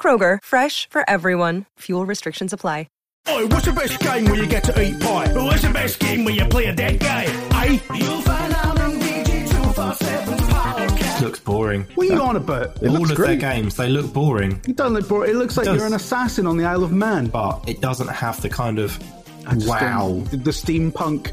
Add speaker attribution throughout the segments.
Speaker 1: Kroger, fresh for everyone. Fuel restrictions apply.
Speaker 2: Oi, what's the best game where you get to eat pie? Well, what's the best game where you play a dead guy? Eh? You'll find out on BG247's podcast.
Speaker 3: Looks boring.
Speaker 4: What are you on about? It
Speaker 3: All
Speaker 4: looks
Speaker 3: of their
Speaker 4: great.
Speaker 3: games, they look boring.
Speaker 4: It doesn't look boring. It looks like
Speaker 3: does.
Speaker 4: you're an assassin on the Isle of Man.
Speaker 3: But it doesn't have the kind of
Speaker 4: I just
Speaker 3: wow.
Speaker 4: don't- The steampunk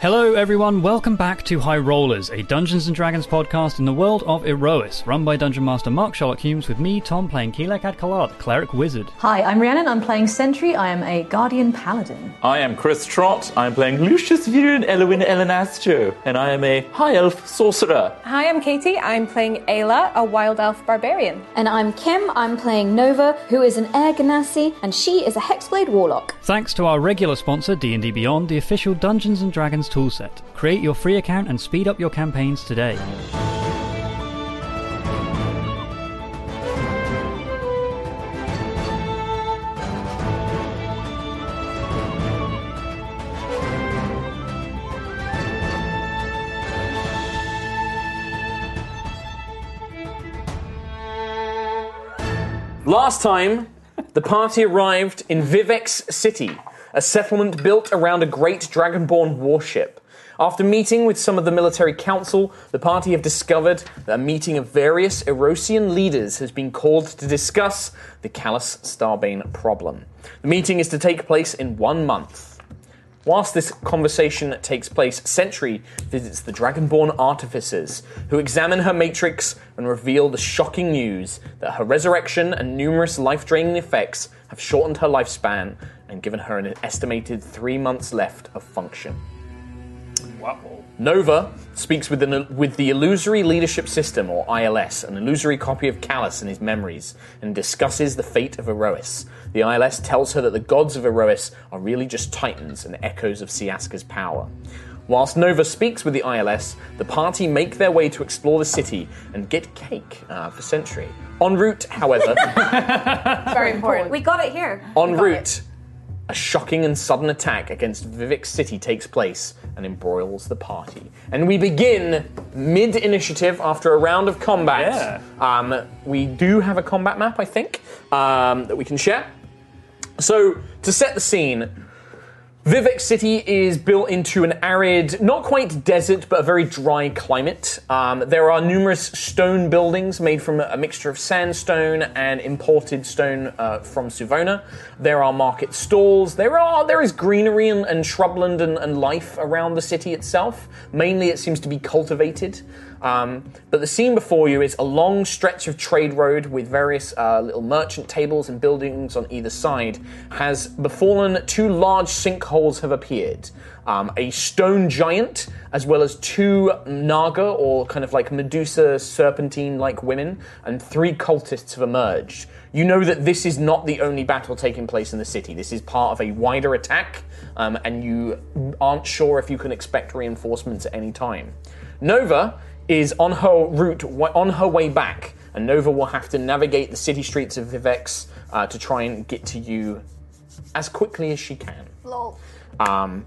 Speaker 5: Hello, everyone. Welcome back to High Rollers, a Dungeons and Dragons podcast in the world of Erois, run by Dungeon Master Mark Sherlock Humes, with me, Tom, playing Keelak Adkalar, the cleric wizard.
Speaker 6: Hi, I'm Rhiannon. I'm playing Sentry. I am a Guardian Paladin.
Speaker 7: I am Chris Trott. I'm playing Lucius Viren Elwin Elenastro, and I am a high elf sorcerer.
Speaker 8: Hi, I'm Katie. I'm playing Ayla, a wild elf barbarian.
Speaker 9: And I'm Kim, I'm playing Nova, who is an Air Ganassi, and she is a Hexblade Warlock.
Speaker 5: Thanks to our regular sponsor, D&D Beyond, the official Dungeons and Dragons toolset. Create your free account and speed up your campaigns today.
Speaker 10: Last time, the party arrived in Vivex City, a settlement built around a great dragonborn warship. After meeting with some of the military council, the party have discovered that a meeting of various Erosian leaders has been called to discuss the Callus Starbane problem. The meeting is to take place in one month. Whilst this conversation takes place, Sentry visits the Dragonborn artificers, who examine her matrix and reveal the shocking news that her resurrection and numerous life draining effects have shortened her lifespan and given her an estimated three months left of function. Nova speaks with the, with the Illusory Leadership System, or ILS, an illusory copy of Callus and his memories, and discusses the fate of Erois. The ILS tells her that the gods of Erois are really just titans and echoes of Siaska's power. Whilst Nova speaks with the ILS, the party make their way to explore the city and get cake uh, for Sentry. En route, however,
Speaker 8: Very important.
Speaker 9: We got it here.
Speaker 10: en route, a shocking and sudden attack against Vivek City takes place and embroils the party. And we begin mid initiative after a round of combat. Um, we do have a combat map, I think, um, that we can share. So, to set the scene, Vivek City is built into an arid, not quite desert, but a very dry climate. Um, there are numerous stone buildings made from a mixture of sandstone and imported stone uh, from Suvona. There are market stalls. There are there is greenery and, and shrubland and, and life around the city itself. Mainly, it seems to be cultivated. Um, but the scene before you is a long stretch of trade road with various uh, little merchant tables and buildings on either side has befallen two large sinkholes have appeared. Um, a stone giant, as well as two Naga, or kind of like Medusa serpentine like women, and three cultists have emerged. You know that this is not the only battle taking place in the city. This is part of a wider attack, um, and you aren't sure if you can expect reinforcements at any time. Nova is on her route, on her way back, and Nova will have to navigate the city streets of Vivex uh, to try and get to you as quickly as she can. Um,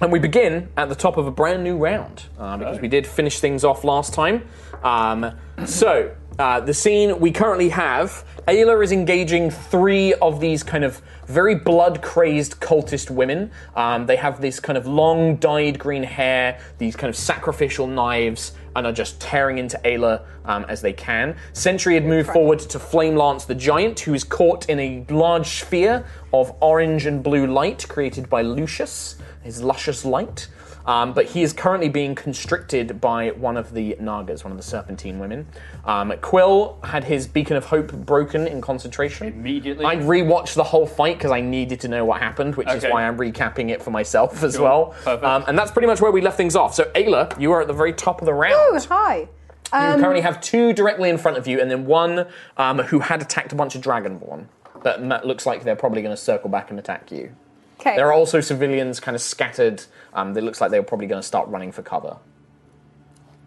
Speaker 10: and we begin at the top of a brand new round uh, because we did finish things off last time. Um, so, uh, the scene we currently have Ayla is engaging three of these kind of very blood crazed cultist women. Um, they have this kind of long dyed green hair, these kind of sacrificial knives, and are just tearing into Ayla um, as they can. Sentry had moved forward to Flame Lance the Giant, who is caught in a large sphere of orange and blue light created by Lucius, his luscious light. Um, but he is currently being constricted by one of the Nagas, one of the Serpentine women. Um, Quill had his Beacon of Hope broken in concentration. Immediately. I rewatched the whole fight because I needed to know what happened, which is
Speaker 11: Okay.
Speaker 10: why I'm recapping it for myself as
Speaker 11: Sure.
Speaker 10: well.
Speaker 11: Perfect.
Speaker 10: Um, and that's pretty much where we left things off. So, Ayla, you are at the very top of the round.
Speaker 12: Oh, hi.
Speaker 10: you
Speaker 12: Um,
Speaker 10: currently have two directly in front of you, and then one um, who had attacked a bunch of Dragonborn. But that looks like they're probably going to circle back and attack you.
Speaker 12: 'Kay.
Speaker 10: There are also civilians kind of scattered. Um, it looks like they were probably going to start running for cover.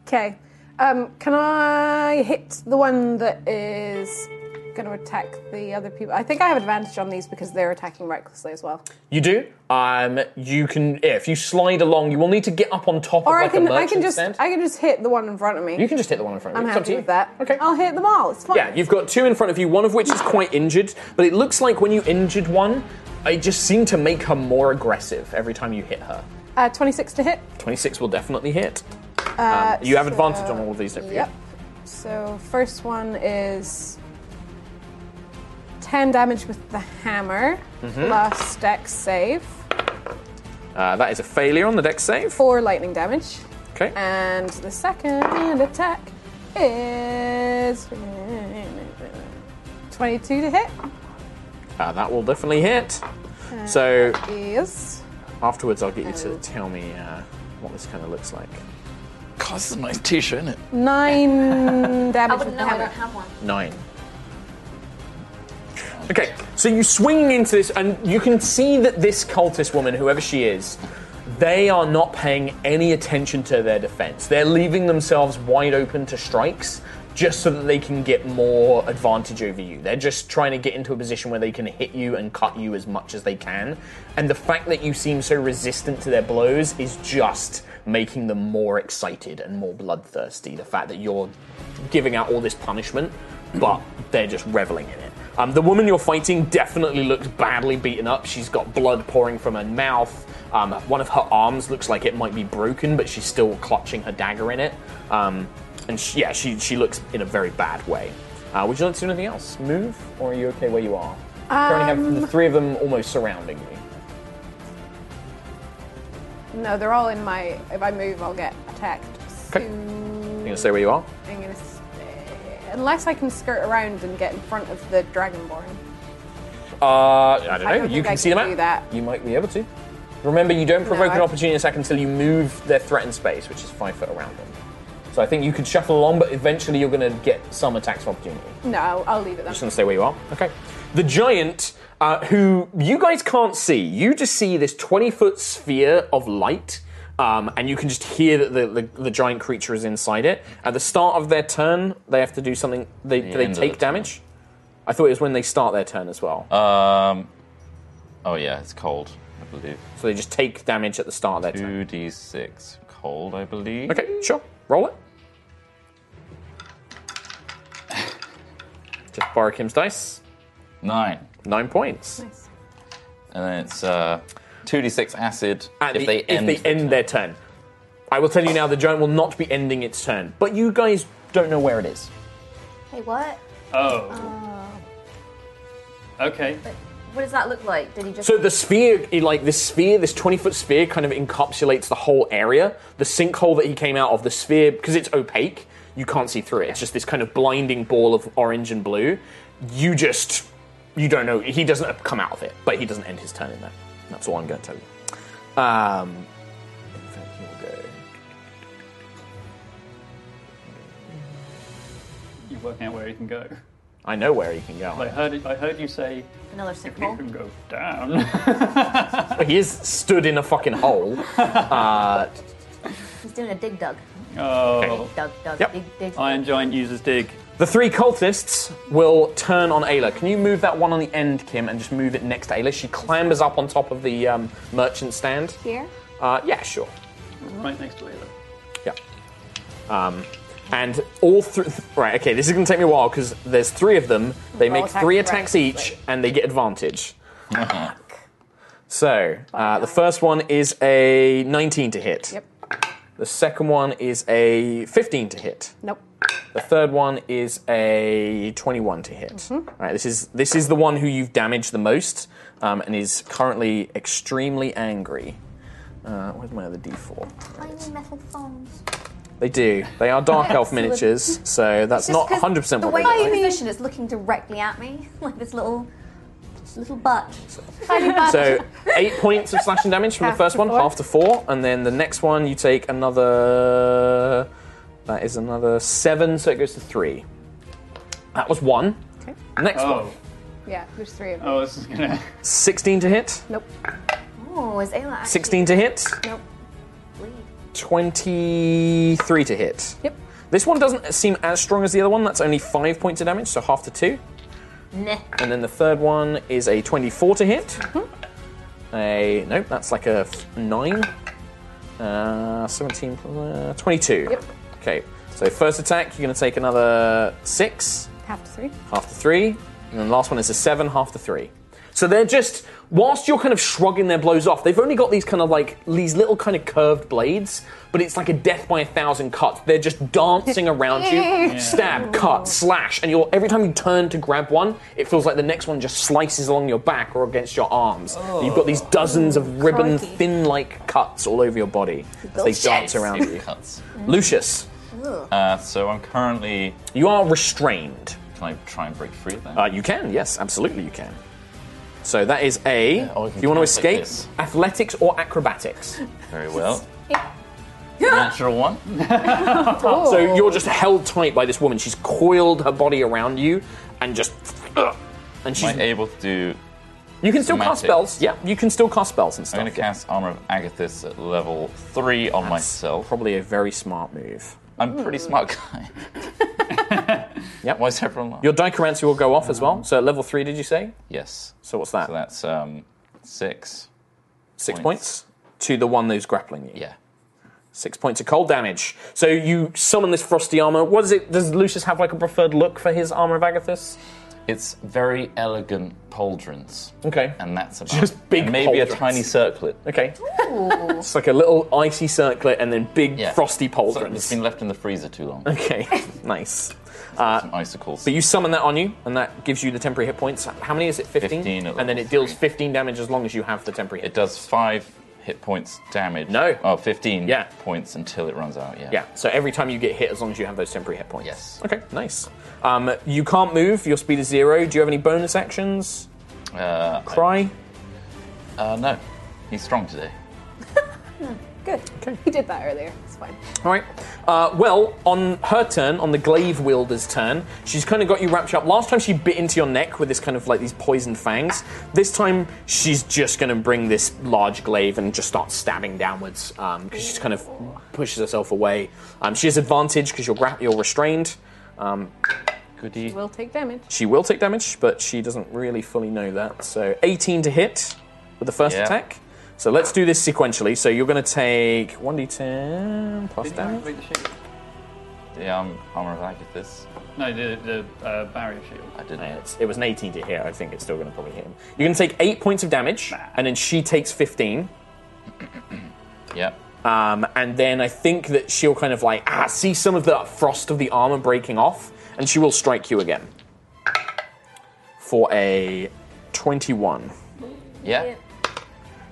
Speaker 12: Okay. Um, can I hit the one that is going to attack the other people? I think I have advantage on these because they're attacking recklessly as well.
Speaker 10: You do. Um, you can if you slide along, you will need to get up on top
Speaker 12: Or
Speaker 10: of
Speaker 12: I
Speaker 10: like a
Speaker 12: can I
Speaker 10: merchant
Speaker 12: can just
Speaker 10: stand.
Speaker 12: I can just hit the one in front of me.
Speaker 10: You can just hit the one in front of
Speaker 12: I'm
Speaker 10: you. It's up to
Speaker 12: happy
Speaker 10: you.
Speaker 12: with that. Oh. Okay. I'll hit them all. It's fine.
Speaker 10: Yeah, you've got two in front of you, one of which is quite injured, but it looks like when you injured one, it just seemed to make her more aggressive every time you hit her.
Speaker 12: Uh, 26 to hit.
Speaker 10: 26 will definitely hit.
Speaker 12: Uh,
Speaker 10: Um, you have
Speaker 12: so-
Speaker 10: advantage on all of these, don't forget.
Speaker 12: Yep. So first one is 10 damage with the hammer
Speaker 10: Mhm.
Speaker 12: plus dex save.
Speaker 10: Uh, that is a failure on the deck save.
Speaker 12: Four lightning damage.
Speaker 10: Okay.
Speaker 12: And the second attack is 22 to hit.
Speaker 10: Uh, that will definitely hit. So
Speaker 12: Yes.
Speaker 10: afterwards, I'll get you to tell me uh, what this kind of looks like.
Speaker 13: God, this is a nice t-shirt, isn't it?
Speaker 12: Nine damage with the
Speaker 9: No, I
Speaker 12: hammer.
Speaker 9: don't have one.
Speaker 10: Nine. Okay, so you swing into this, and you can see that this cultist woman, whoever she is, they are not paying any attention to their defense. They're leaving themselves wide open to strikes just so that they can get more advantage over you. They're just trying to get into a position where they can hit you and cut you as much as they can. And the fact that you seem so resistant to their blows is just making them more excited and more bloodthirsty. The fact that you're giving out all this punishment, but they're just reveling in it. Um, the woman you're fighting definitely looks badly beaten up. She's got blood pouring from her mouth. Um, one of her arms looks like it might be broken, but she's still clutching her dagger in it. Um, and she, yeah, she, she looks in a very bad way. Uh, would you like to do anything else? Move, or are you okay where you are? you currently have
Speaker 12: Um,
Speaker 10: the three of them almost surrounding you.
Speaker 12: No, they're all in my. If I move, I'll get attacked. So
Speaker 10: You gonna stay where you are?
Speaker 12: I'm gonna. s- uh, Unless I can skirt around and get in front of the dragonborn.
Speaker 10: Uh, I don't know.
Speaker 12: I don't
Speaker 10: you
Speaker 12: think
Speaker 10: can
Speaker 12: I
Speaker 10: see
Speaker 12: can
Speaker 10: them out.
Speaker 12: do that.
Speaker 10: You might be able to. Remember, you don't provoke an
Speaker 12: I-
Speaker 10: opportunity attack until you move their threatened space, which is five foot around them. So I think you could shuffle along, but eventually you're going to get some attacks of opportunity.
Speaker 12: No, I'll, I'll leave it
Speaker 10: I'm
Speaker 12: then.
Speaker 10: just going to stay where you are. Okay. The giant, uh, who you guys can't see, you just see this 20 foot sphere of light. Um, and you can just hear that the, the, the giant creature is inside it. At the start of their turn, they have to do something. They,
Speaker 13: The
Speaker 10: do they
Speaker 13: end of
Speaker 10: take
Speaker 13: the turn.
Speaker 10: damage? I thought it was when they start their turn as well.
Speaker 13: Um. Oh yeah, it's cold, I believe.
Speaker 10: So they just take damage at the start of their
Speaker 13: turn. Two d six cold, I believe.
Speaker 10: Okay, sure. Roll it. Just borrow Kim's dice.
Speaker 13: Nine.
Speaker 10: Nine points.
Speaker 13: And then it's uh two d six acid
Speaker 10: At
Speaker 13: if
Speaker 10: the-
Speaker 13: they end.
Speaker 10: if they end their turn. I will tell you now the giant will not be ending its turn, but you guys don't know where it is.
Speaker 9: Hey, what?
Speaker 5: Oh. Okay.
Speaker 9: What does that look like? Did he just?
Speaker 10: So the sphere, it- like this sphere, this 20 foot sphere kind of encapsulates the whole area. The sinkhole that he came out of, the sphere, because it's opaque, you can't see through it. It's just this kind of blinding ball of orange and blue. You just, you don't know. He doesn't come out of it, but he doesn't end his turn in there. That's all I'm going to tell you. Um, in fact, he'll go.
Speaker 5: You're working out where you can go.
Speaker 10: I know where he can go.
Speaker 5: I heard. I heard you say.
Speaker 9: Another
Speaker 5: If you can go down.
Speaker 10: But he is stood in a fucking hole. Uh,
Speaker 9: He's doing a dig dug.
Speaker 5: Oh.
Speaker 9: Dig dug dug dig dig.
Speaker 5: Iron Giant uses dig.
Speaker 10: The three cultists will turn on Ayla. Can you move that one on the end, Kim, and just move it next to Ayla? She clambers up on top of the um, merchant stand.
Speaker 12: Here.
Speaker 10: Uh, yeah, sure.
Speaker 5: Right next to Ayla.
Speaker 10: Yeah. Um, and all three. Right, okay, this is going to take me a while because there's three of them. They
Speaker 11: Roll
Speaker 10: make
Speaker 11: attack,
Speaker 10: three
Speaker 11: right,
Speaker 10: attacks each, and they get advantage. so, uh, the first one is a 19 to hit. Yep. The second one is a 15 to hit.
Speaker 12: Nope.
Speaker 10: The third one is a 21 to hit.
Speaker 12: Mhm.
Speaker 10: All right, this is this is the one who you've damaged the most um, and is currently extremely angry. Uh, where's my other d4?
Speaker 9: Tiny metal phones.
Speaker 10: They do. They are dark elf
Speaker 9: Excellent.
Speaker 10: miniatures, so that's
Speaker 9: It's just
Speaker 10: not
Speaker 9: 'cause
Speaker 10: 100%
Speaker 9: the
Speaker 10: what they
Speaker 9: way
Speaker 10: look
Speaker 9: it's
Speaker 10: like.
Speaker 9: positioned is looking directly at me, like this little, this little butt.
Speaker 10: So eight points of slashing damage from the
Speaker 9: Half
Speaker 10: first
Speaker 9: to
Speaker 10: one,
Speaker 9: four.
Speaker 10: half to four, and then the next one you take another. That is another seven, so it goes to three. That was one.
Speaker 12: Okay.
Speaker 10: Next
Speaker 12: Oh.
Speaker 10: one.
Speaker 12: Yeah, there's three of them.
Speaker 10: Oh, this is gonna. Sixteen to hit.
Speaker 12: Nope.
Speaker 9: Oh, is Ayla actually?
Speaker 10: 16 to hit.
Speaker 12: Nope.
Speaker 10: 23 to hit.
Speaker 12: Yep.
Speaker 10: This one doesn't seem as strong as the other one. That's only five points of damage, so half to two.
Speaker 9: Nah.
Speaker 10: And then the third one is a 24 to hit. A nope, that's like a f- nine. Uh, 17 plus uh, 22.
Speaker 12: Yep.
Speaker 10: Okay, so first attack, you're going to take another six
Speaker 12: Half to three.
Speaker 10: half to three, and then the last one is a seven, half to three. So they're just whilst you're kind of shrugging their blows off, they've only got these kind of like these little kind of curved blades, but it's like a death by a thousand cuts. They're just dancing around you,
Speaker 11: Yeah.
Speaker 10: stab, cut, slash, and you're every time you turn to grab one, it feels like the next one just slices along your back or against your arms. And You've got these dozens of ribbon thin like cuts all over your body. as They dance around you.
Speaker 13: Cuts.
Speaker 10: Lucius,
Speaker 13: Uh, so I'm currently.
Speaker 10: You are restrained.
Speaker 13: Can I try and break free of that?
Speaker 10: Uh, you can, yes, absolutely you can. So that is a. do you want to escape? Athletics or acrobatics?
Speaker 13: Very well.
Speaker 10: Natural one.
Speaker 12: Oh,
Speaker 10: So you're just held tight by this woman. She's coiled her body around you and just. uh, and she's
Speaker 13: Am I able to do.
Speaker 10: You can still cast
Speaker 13: magic?
Speaker 10: spells. Yeah, you can still cast spells and stuff.
Speaker 13: I'm going to cast Armor of Agathis at level 3 on myself.
Speaker 10: Probably a very smart move.
Speaker 13: I'm pretty
Speaker 10: Mm.
Speaker 13: smart guy.
Speaker 10: Yep. Why is everyone Your dichomancy will go off as well. So at level three, did you say?
Speaker 13: Yes.
Speaker 10: So what's that?
Speaker 13: Mm-hmm. So that's um, 6.
Speaker 10: Six points. to the one who's grappling you. Yeah. Six points of cold damage. So you summon this frosty armor. What is it? Does Lucius have like a preferred look for his armor of Agathis?
Speaker 13: It's very elegant pauldrons.
Speaker 10: Okay.
Speaker 13: And that's about
Speaker 10: Just big
Speaker 13: and Maybe a
Speaker 10: pauldrons.
Speaker 13: tiny circlet.
Speaker 10: Okay. It's like a little icy circlet and then big
Speaker 13: Yeah.
Speaker 10: frosty pauldrons.
Speaker 13: Something that's been left in the freezer too long.
Speaker 10: Okay, nice. Uh, Some
Speaker 13: icicles.
Speaker 10: But you summon that on you, and that gives you the temporary hit points. How many is it? 15?
Speaker 13: 15 at
Speaker 10: and then it deals 15 damage as long as you have the temporary hit
Speaker 13: It does 5 hit points damage. No. Oh, 15 yeah. points until it runs out, yeah.
Speaker 10: Yeah, so every time you get hit, as long as you have those temporary hit points. Yes. Okay, nice. Um, you can't move, your speed is zero. Do you have any bonus actions?
Speaker 13: Uh,
Speaker 10: Cry?
Speaker 13: Uh, no. He's strong today.
Speaker 12: Good. Okay. He did that earlier. It's fine.
Speaker 10: All right. Uh, well, on her turn, on the glaive wielder's turn, she's kind of got you wrapped up. Last time she bit into your neck with this kind of like these poisoned fangs. This time she's just going to bring this large glaive and just start stabbing downwards um, because she's kind of pushes herself away. Um, she has advantage because you're gra- you're restrained. Um, Goody.
Speaker 12: Will take damage.
Speaker 10: She will take damage, but she doesn't really fully know that. So 18 to hit with the first
Speaker 13: Yeah.
Speaker 10: attack. So let's do this sequentially. So you're going to take 1d10 plus damage.
Speaker 13: The arm, armor of Agathis.
Speaker 5: No, the, the uh, barrier shield.
Speaker 13: I didn't.
Speaker 10: It's, it was an 18 to hit. I think it's still going to probably hit him. You're going to take eight points of damage, and then she takes 15.
Speaker 13: Yep.
Speaker 10: Um, and then I think that she'll kind of like ah see some of the frost of the armor breaking off, and she will strike you again for a 21.
Speaker 13: Yeah.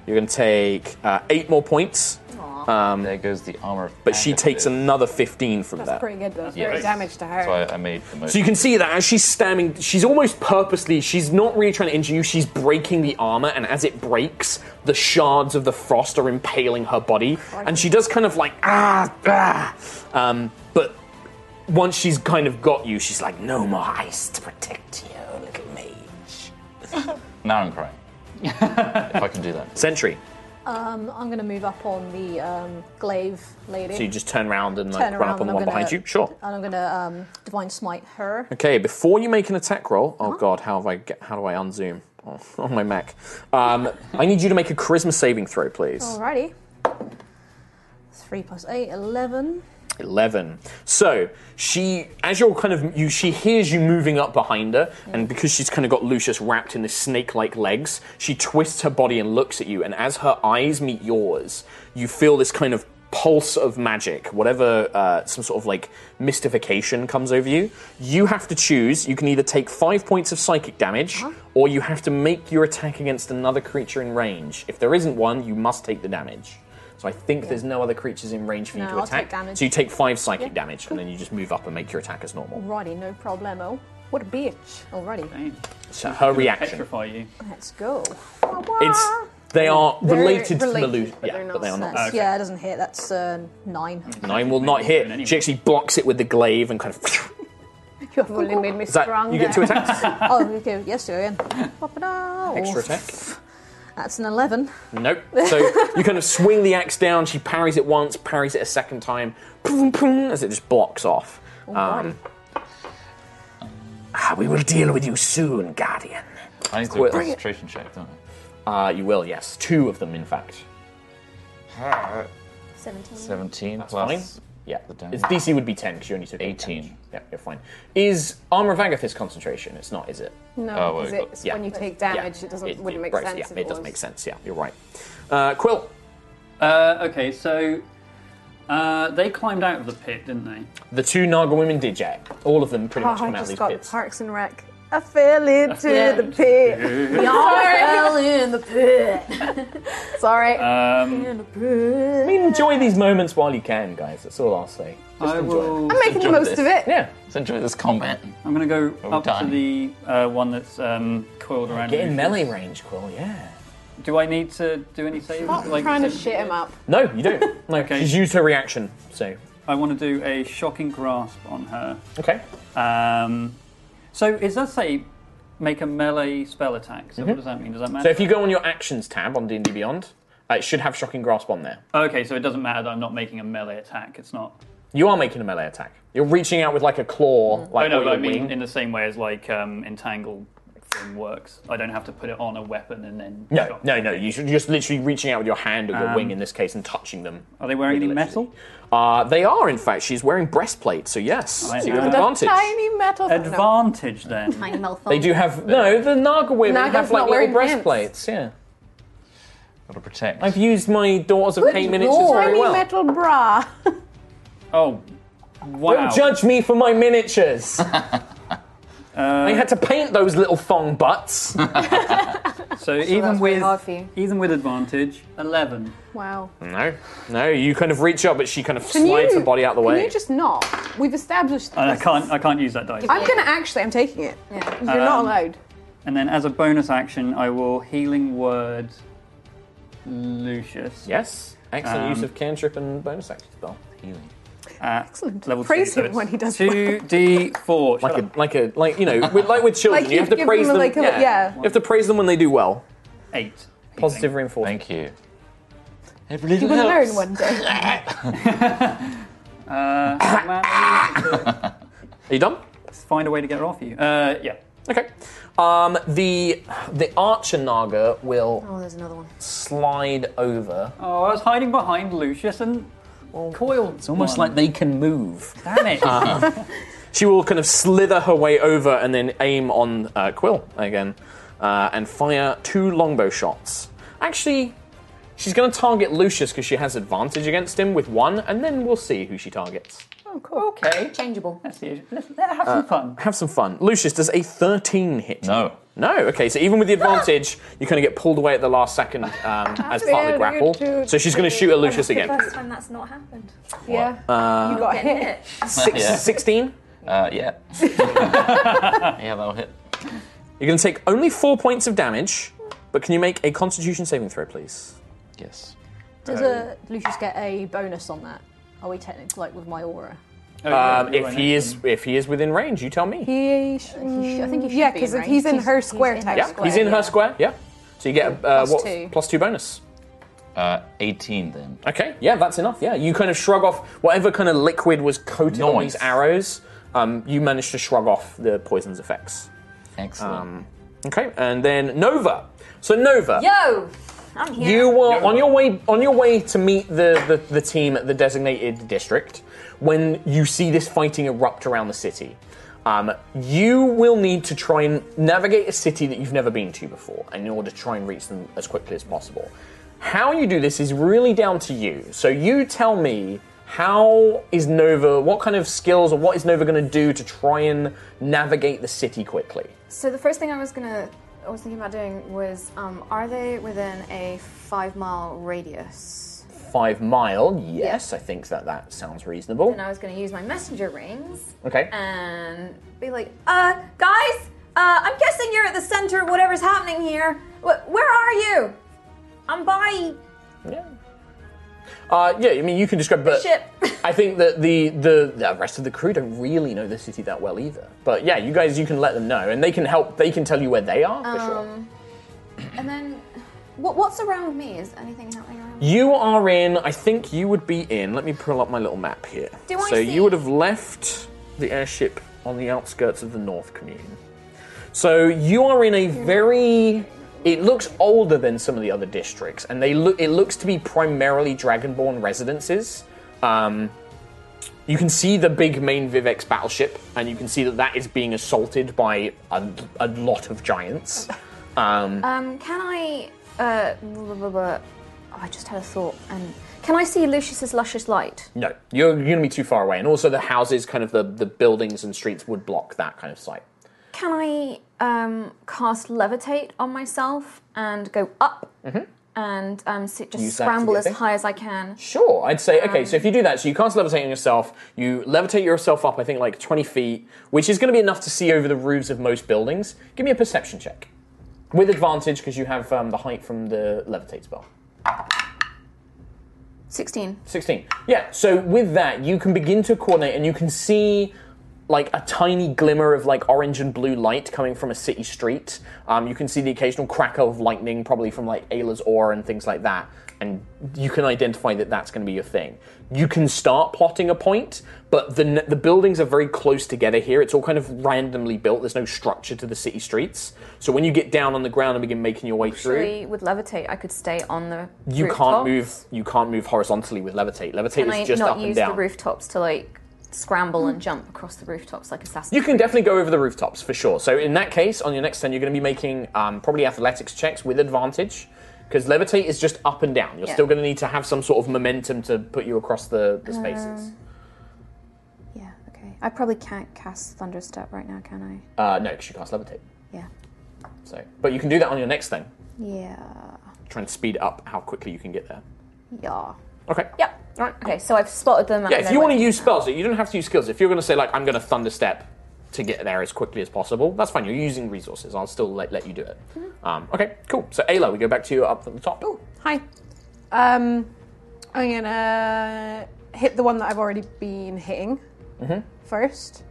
Speaker 10: You're going to take uh, eight more points. Um,
Speaker 13: there goes the armor.
Speaker 10: But she takes another 15 from
Speaker 12: That's
Speaker 10: that.
Speaker 12: pretty good, though. That's
Speaker 10: Yeah.
Speaker 12: very damage to her.
Speaker 13: So I, I made the most.
Speaker 10: So you can see that as she's stabbing, she's almost purposely, she's not really trying to injure you, she's breaking the armor, and as it breaks, the shards of the frost are impaling her body. And she does kind of like, ah, ah. Um, but once she's kind of got you, she's like, no more ice to protect you, little mage.
Speaker 13: Now I'm crying. if I can do that.
Speaker 10: Sentry.
Speaker 12: Um, I'm going to move up on the um, glaive lady.
Speaker 10: So you just turn around and like,
Speaker 12: Turn
Speaker 10: run
Speaker 12: around
Speaker 10: up on
Speaker 12: and
Speaker 10: the
Speaker 12: I'm
Speaker 10: one
Speaker 12: gonna-
Speaker 10: behind you? Sure.
Speaker 12: And I'm going to um, divine smite her.
Speaker 10: Okay, before you make an attack roll,
Speaker 12: Uh-huh.
Speaker 10: oh god, how have I get, how do I unzoom oh, on my Mac? Um, I need you to make a charisma saving throw, please.
Speaker 12: Alrighty. 3 plus 8, 11.
Speaker 10: 11 so she as you're kind of you she hears you moving up behind her and because she's kind of got lucius wrapped in the snake-like legs she twists her body and looks at you and as her eyes meet yours you feel this kind of pulse of magic, whatever uh, some sort of like mystification comes over you, you have to choose. You can either take five points of psychic damage, or you have to make your attack against another creature in range. If there isn't one, you must take the damage. So I think there's no other creatures in range for you
Speaker 12: No,
Speaker 10: to
Speaker 12: I'll
Speaker 10: attack.
Speaker 12: take damage.
Speaker 10: So you take five psychic
Speaker 12: Yeah,
Speaker 10: damage, and then you just move up and make your attack as normal.
Speaker 12: Alrighty, no problemo. What a bitch. Alrighty.
Speaker 10: So her reaction.
Speaker 5: Petrify you.
Speaker 12: Let's go.
Speaker 10: It's they are
Speaker 12: Ah. They're
Speaker 10: related, to the
Speaker 12: related,
Speaker 10: illusion.
Speaker 12: but
Speaker 10: Yeah,
Speaker 12: they're
Speaker 10: but they are not.
Speaker 12: That's- Yeah, it doesn't hit. That's uh, nine.
Speaker 10: Nine will not hit. She actually blocks it with the glaive and kind of.
Speaker 12: You have really made me
Speaker 10: Is that-
Speaker 12: strong.
Speaker 10: you get two
Speaker 12: there.
Speaker 10: attacks?
Speaker 12: oh, you go. Yes, you again. Pop it out.
Speaker 10: Extra attack?
Speaker 12: That's an eleven.
Speaker 10: Nope. So you kind of swing the axe down. She parries it once, parries it a second time, pum, pum, as it just blocks off.
Speaker 12: Oh,
Speaker 10: Um, ah, we will deal with you soon, Guardian.
Speaker 13: I need to do
Speaker 10: Quill.
Speaker 13: a concentration check, don't
Speaker 10: Uh, you will, yes. Two of them, in fact.
Speaker 13: I?
Speaker 9: 17.
Speaker 13: 17
Speaker 10: That's
Speaker 13: plus.
Speaker 10: Yeah.
Speaker 13: The damage.
Speaker 10: It's DC would be 10 because you only took 18. Yeah, you're fine. Is Armor of Agathis concentration? It's not, is it?
Speaker 12: No, because it's when you take damage, it doesn't. wouldn't make
Speaker 10: right,
Speaker 12: sense.
Speaker 10: Yeah,
Speaker 12: if
Speaker 10: it, doesn't
Speaker 12: was-
Speaker 10: make sense. Yeah, you're right. Uh, Quill.
Speaker 5: Uh, okay, so uh, they climbed out of the pit, didn't they?
Speaker 10: The two Naga women did, Jack. All of them pretty much
Speaker 12: Oh,
Speaker 10: come
Speaker 12: I
Speaker 10: out of
Speaker 12: just
Speaker 10: these
Speaker 12: got
Speaker 10: pits.
Speaker 12: Parks and Rec. I fell into the pit.
Speaker 10: Yeah.
Speaker 12: Sorry. fell in the pit. Sorry.
Speaker 10: Um,
Speaker 12: in the pit.
Speaker 10: I mean, enjoy these moments while you can, guys. That's all I'll say. Just
Speaker 5: I
Speaker 10: enjoy
Speaker 5: will-
Speaker 10: them.
Speaker 5: I'm making the
Speaker 10: Enjoy
Speaker 5: most
Speaker 10: this.
Speaker 5: of it.
Speaker 10: Yeah. Let's enjoy this combat.
Speaker 5: I'm going to go
Speaker 10: Well
Speaker 5: up
Speaker 10: done.
Speaker 5: to the uh, one that's um, coiled around.
Speaker 10: Get in
Speaker 5: Lucius.
Speaker 10: melee range, Quill, yeah.
Speaker 5: Do I need to do any saves?
Speaker 12: Stop trying to shit him up.
Speaker 10: No, you don't. No, okay. Use her reaction. So
Speaker 5: I want to do a shocking grasp on her.
Speaker 10: Okay.
Speaker 5: Um, so is that say make a melee spell attack? So what does that mean? Does that matter?
Speaker 10: So if you go on your actions tab on D and D Beyond, uh, it should have shocking grasp on there.
Speaker 5: Okay, so it doesn't matter that I'm not making a melee attack. It's not.
Speaker 10: You are making a melee attack. You're reaching out with like a claw, like
Speaker 5: oh
Speaker 10: or
Speaker 5: no, but
Speaker 10: your
Speaker 5: I mean
Speaker 10: wing.
Speaker 5: in the same way as like um, entangle thing works. I don't have to put it on a weapon and then.
Speaker 10: No, no, no. You should just literally reaching out with your hand or your
Speaker 5: Um,
Speaker 10: wing in this case and touching them.
Speaker 5: Are they wearing any metal?
Speaker 10: Uh, they are, in fact. She's wearing breastplate, so yes,
Speaker 5: I
Speaker 10: you have
Speaker 5: know.
Speaker 10: advantage.
Speaker 12: Tiny metal.
Speaker 5: Advantage then.
Speaker 12: Tiny metal.
Speaker 10: They do have no. The Naga women
Speaker 12: Naga's
Speaker 10: have like
Speaker 12: not
Speaker 10: little
Speaker 12: wearing
Speaker 10: breastplates. Yeah.
Speaker 13: Gotta protect.
Speaker 10: I've used my daughters of pain miniatures very
Speaker 12: Tiny
Speaker 10: well.
Speaker 12: metal bra.
Speaker 5: Oh, wow.
Speaker 10: Don't judge me for my miniatures. I had to paint those little thong butts.
Speaker 5: So even with even with advantage, eleven.
Speaker 12: Wow.
Speaker 10: No, no. You kind of reach up, but she kind of
Speaker 12: Can
Speaker 10: slides
Speaker 12: you-
Speaker 10: her Mm. body out the
Speaker 12: Can
Speaker 10: way.
Speaker 12: you just not? We've established.
Speaker 5: And I can't I can't use that dice.
Speaker 12: I'm gonna actually. I'm taking it. You're not
Speaker 5: Um,
Speaker 12: allowed.
Speaker 5: And then as a bonus action, I will healing word Lucius.
Speaker 10: Yes. Excellent use of cantrip and bonus action spell.
Speaker 13: Healing.
Speaker 5: At
Speaker 12: Excellent.
Speaker 5: Level
Speaker 12: Praise
Speaker 5: two,
Speaker 12: him when he does
Speaker 5: Two D four.
Speaker 10: Like a, like a, like you know, with, like with children,
Speaker 12: Like
Speaker 10: you have
Speaker 12: you
Speaker 10: to
Speaker 12: give
Speaker 10: praise
Speaker 12: them,
Speaker 10: them.
Speaker 12: like, a-
Speaker 10: yeah.
Speaker 12: yeah.
Speaker 10: you have to praise them when they do well.
Speaker 5: Eight.
Speaker 10: Positive reinforcement.
Speaker 13: Thank you.
Speaker 12: You will learn one day.
Speaker 5: Uh, man,
Speaker 10: Are you done?
Speaker 5: let's find a way to get her off you. Uh, yeah.
Speaker 10: Okay. Um, the the archer naga will
Speaker 9: Oh, there's another one.
Speaker 10: slide over.
Speaker 5: Oh, I was hiding behind Lucius and coiled.
Speaker 10: It's almost like they can move. Uh-huh.
Speaker 5: Damn it.
Speaker 10: She will kind of slither her way over and then aim on uh, Quill again uh, and fire two longbow shots. Actually, she's going to target Lucius because she has advantage against him with one, and then we'll see who she targets.
Speaker 12: Oh, cool.
Speaker 5: okay.
Speaker 9: Changeable.
Speaker 5: Let's, see. let's let's have some fun.
Speaker 10: Have some fun. Lucius, does a 13 hit? you?
Speaker 13: Uh, No.
Speaker 10: No, okay, so even with the advantage, you kind of get pulled away at the last second um, as part of the grapple. So she's going to shoot at Lucius again. Uh,
Speaker 9: First time that's not happened.
Speaker 12: Yeah. you
Speaker 9: Not
Speaker 12: got
Speaker 9: getting
Speaker 12: hit.
Speaker 9: hit.
Speaker 10: Six,
Speaker 13: Yeah.
Speaker 10: 16?
Speaker 13: Uh, yeah. yeah, that'll hit.
Speaker 10: You're going to take only four points of damage, but can you make a constitution saving throw, please?
Speaker 13: Yes.
Speaker 12: Does uh, Lucius get a bonus on that? Are we technically like with my aura?
Speaker 10: Um, if he is if he is within range, you tell me.
Speaker 12: He,
Speaker 9: should- I think he should
Speaker 12: yeah,
Speaker 9: be
Speaker 12: because
Speaker 9: in
Speaker 12: he's in
Speaker 9: range.
Speaker 12: her
Speaker 9: He's-
Speaker 12: square
Speaker 9: he's in
Speaker 12: type.
Speaker 10: yeah, he's in her square. Yeah, so you get uh,
Speaker 12: Plus
Speaker 10: what
Speaker 12: two.
Speaker 10: plus two bonus.
Speaker 13: Uh, 18 then.
Speaker 10: Okay, yeah, that's enough. Yeah, you kind of shrug off whatever kind of liquid was coated on
Speaker 13: Nice.
Speaker 10: these arrows. Um, you managed to shrug off the poison's effects.
Speaker 13: Excellent.
Speaker 10: Okay, and then Nova. So Nova,
Speaker 9: Yo! I'm here.
Speaker 10: you were on your way on your way to meet the, the the team at the designated district when you see this fighting erupt around the city. Um, you will need to try and navigate a city that you've never been to before in order to try and reach them as quickly as possible. How you do this is really down to you. So you tell me how is Nova, what kind of skills or what is Nova going to do to try and navigate the city quickly?
Speaker 11: So the first thing I was gonna, I was thinking about doing was, um, are they within a five mile radius?
Speaker 10: Five mile, yes, I think that that sounds reasonable.
Speaker 11: And I was gonna use my messenger rings
Speaker 10: Okay.
Speaker 11: and be like, uh, guys, uh, I'm guessing you're at the center of whatever's happening here. Wh- where are you? I'm by
Speaker 10: Uh, yeah, I mean you can describe,
Speaker 11: the
Speaker 10: but
Speaker 11: ship.
Speaker 10: I think that the, the the rest of the crew don't really know the city that well either. But yeah, you guys, you can let them know, and they can help. They can tell you where they are. for sure.
Speaker 11: Um, and then, what, what's around me? Is anything happening around?
Speaker 10: You are in. I think you would be in. Let me pull up my little map here.
Speaker 11: Do I
Speaker 10: so
Speaker 11: see-
Speaker 10: you would have left the airship on the outskirts of the North Commune. So you are in a very. It looks older than some of the other districts, and they look. It looks to be primarily Dragonborn residences. Um, you can see the big main Vivex battleship, and you can see that that is being assaulted by a, a lot of giants. Um,
Speaker 11: Um, can I? Uh, blah, blah, blah. Oh, I just had a thought. And can I see Lucius's luscious light?
Speaker 10: No, you're, you're going to be too far away. And also, the houses, kind of the, the buildings and streets would block that kind of sight.
Speaker 11: Can I um, cast levitate on myself and go up
Speaker 10: Mhm.
Speaker 11: and um, sit, just
Speaker 10: Use that to
Speaker 11: scramble
Speaker 10: get
Speaker 11: as
Speaker 10: there?
Speaker 11: high as I can?
Speaker 10: Sure, I'd say, okay, so if you do that, so you cast levitate on yourself, you levitate yourself up, I think, like 20 feet, which is going to be enough to see over the roofs of most buildings. Give me a perception check. With advantage, because you have um, the height from the levitate spell.
Speaker 11: Sixteen.
Speaker 10: 16. Yeah, so with that, you can begin to coordinate and you can see like a tiny glimmer of like orange and blue light coming from a city street. Um, you can see the occasional crackle of lightning, probably from like Ayla's aura and things like that. And you can identify that that's going to be your thing. You can start plotting a point, but the n- the buildings are very close together here. It's all kind of randomly built. There's no structure to the city streets. So when you get down on the ground and begin making your way through,
Speaker 11: Actually, with levitate, I could stay on the.
Speaker 10: you
Speaker 11: rooftop.
Speaker 10: can't move. You can't move horizontally with levitate. Levitate
Speaker 11: Can
Speaker 10: is
Speaker 11: I
Speaker 10: just
Speaker 11: not
Speaker 10: up and
Speaker 11: use
Speaker 10: down.
Speaker 11: the rooftops to like scramble and jump across the rooftops like assassins?
Speaker 10: You can definitely go over the rooftops for sure. So in that case, on your next turn, you're going to be making um, probably athletics checks with advantage because levitate is just up and down. You're
Speaker 11: Yeah.
Speaker 10: still going to need to have some sort of momentum to put you across the, the spaces.
Speaker 11: Um, yeah. Okay. I probably can't cast thunderstep right now, can I?
Speaker 10: Uh, no, because you cast levitate.
Speaker 11: Yeah.
Speaker 10: So, but you can do that on your next thing.
Speaker 11: Yeah.
Speaker 10: Try and speed up how quickly you can get there.
Speaker 11: Yeah.
Speaker 10: Okay.
Speaker 11: Yep. All right. Okay. So I've spotted them.
Speaker 10: Yeah, if you want to use spells, you don't have to use skills. If you're going to say like I'm going to thunder step to get there as quickly as possible, that's fine. You're using resources. I'll still let, let you do it.
Speaker 12: Mm-hmm.
Speaker 10: Um, okay, cool. So Ayla, we go back to you up at the top.
Speaker 12: Hi. Um, I'm gonna hit the one that I've already been hitting
Speaker 10: Mhm.
Speaker 12: first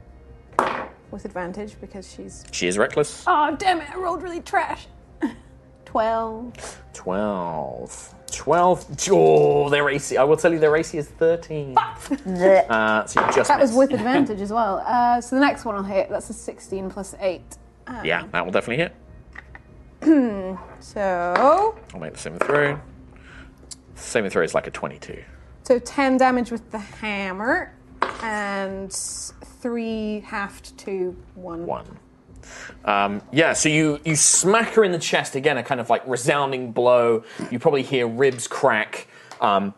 Speaker 12: with advantage because she's.
Speaker 10: She is reckless.
Speaker 12: Oh damn it! I rolled really trash. Twelve.
Speaker 10: 12. 12. Oh, their AC. I will tell you their AC is 13. Uh, so you just
Speaker 12: that was
Speaker 10: missed.
Speaker 12: with advantage as well. Uh, so the next one I'll hit. That's a sixteen plus eight.
Speaker 10: Yeah, that will definitely hit.
Speaker 12: so
Speaker 10: I'll make the saving throw. Saving throw is like a 22.
Speaker 12: so ten damage with the hammer and three halved to one.
Speaker 10: One. Um, yeah, so you, you smack her in the chest again, a kind of like resounding blow. You probably hear ribs crack um,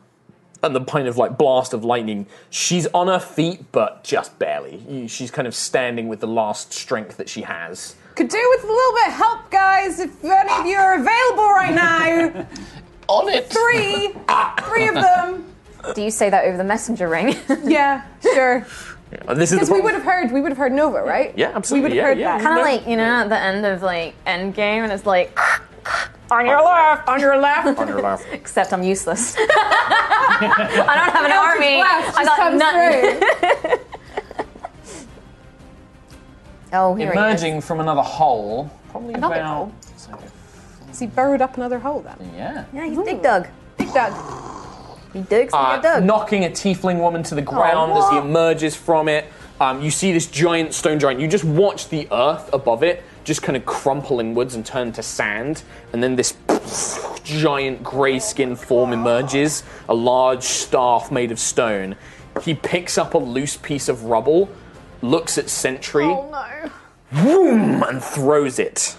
Speaker 10: and the kind of like blast of lightning. She's on her feet, but just barely. You- She's kind of standing with the last strength that she has.
Speaker 12: Could do with a little bit of help, guys. If any of you are available right now,
Speaker 10: on it.
Speaker 12: Three, three of them.
Speaker 11: Do you say that over the messenger ring?
Speaker 12: yeah, sure.
Speaker 10: And this is the
Speaker 12: Because we
Speaker 10: problem.
Speaker 12: would have heard, we would have heard Nova, right?
Speaker 10: Yeah, absolutely,
Speaker 12: We would
Speaker 10: yeah,
Speaker 12: have heard
Speaker 10: yeah.
Speaker 12: that.
Speaker 11: kind of like you know at the end of like Endgame, and it's like on
Speaker 10: your
Speaker 11: left, on your left,
Speaker 10: On your left.
Speaker 11: Except I'm useless. I don't have an
Speaker 12: Eldritch
Speaker 11: army.
Speaker 12: Blast
Speaker 11: I
Speaker 12: just
Speaker 11: got
Speaker 12: comes
Speaker 11: nothing. oh, here he is.
Speaker 13: Emerging from another hole, probably
Speaker 12: Another
Speaker 13: about.
Speaker 12: hole? Is he burrowed up another hole then?
Speaker 13: Yeah.
Speaker 11: Yeah, he's Dig Dug.
Speaker 12: Dig Dug.
Speaker 11: He digs like
Speaker 10: Uh,
Speaker 11: a dug.
Speaker 10: knocking a tiefling woman to the ground as he
Speaker 11: what?
Speaker 10: emerges from it. Um, you see this giant stone giant. You just watch the earth above it just kind of crumple inwards and turn to sand, and then this giant grey skinned form emerges, a large staff made of stone. He picks up a loose piece of rubble, looks at Sentry,
Speaker 12: Oh, no.
Speaker 10: whoom, and throws it.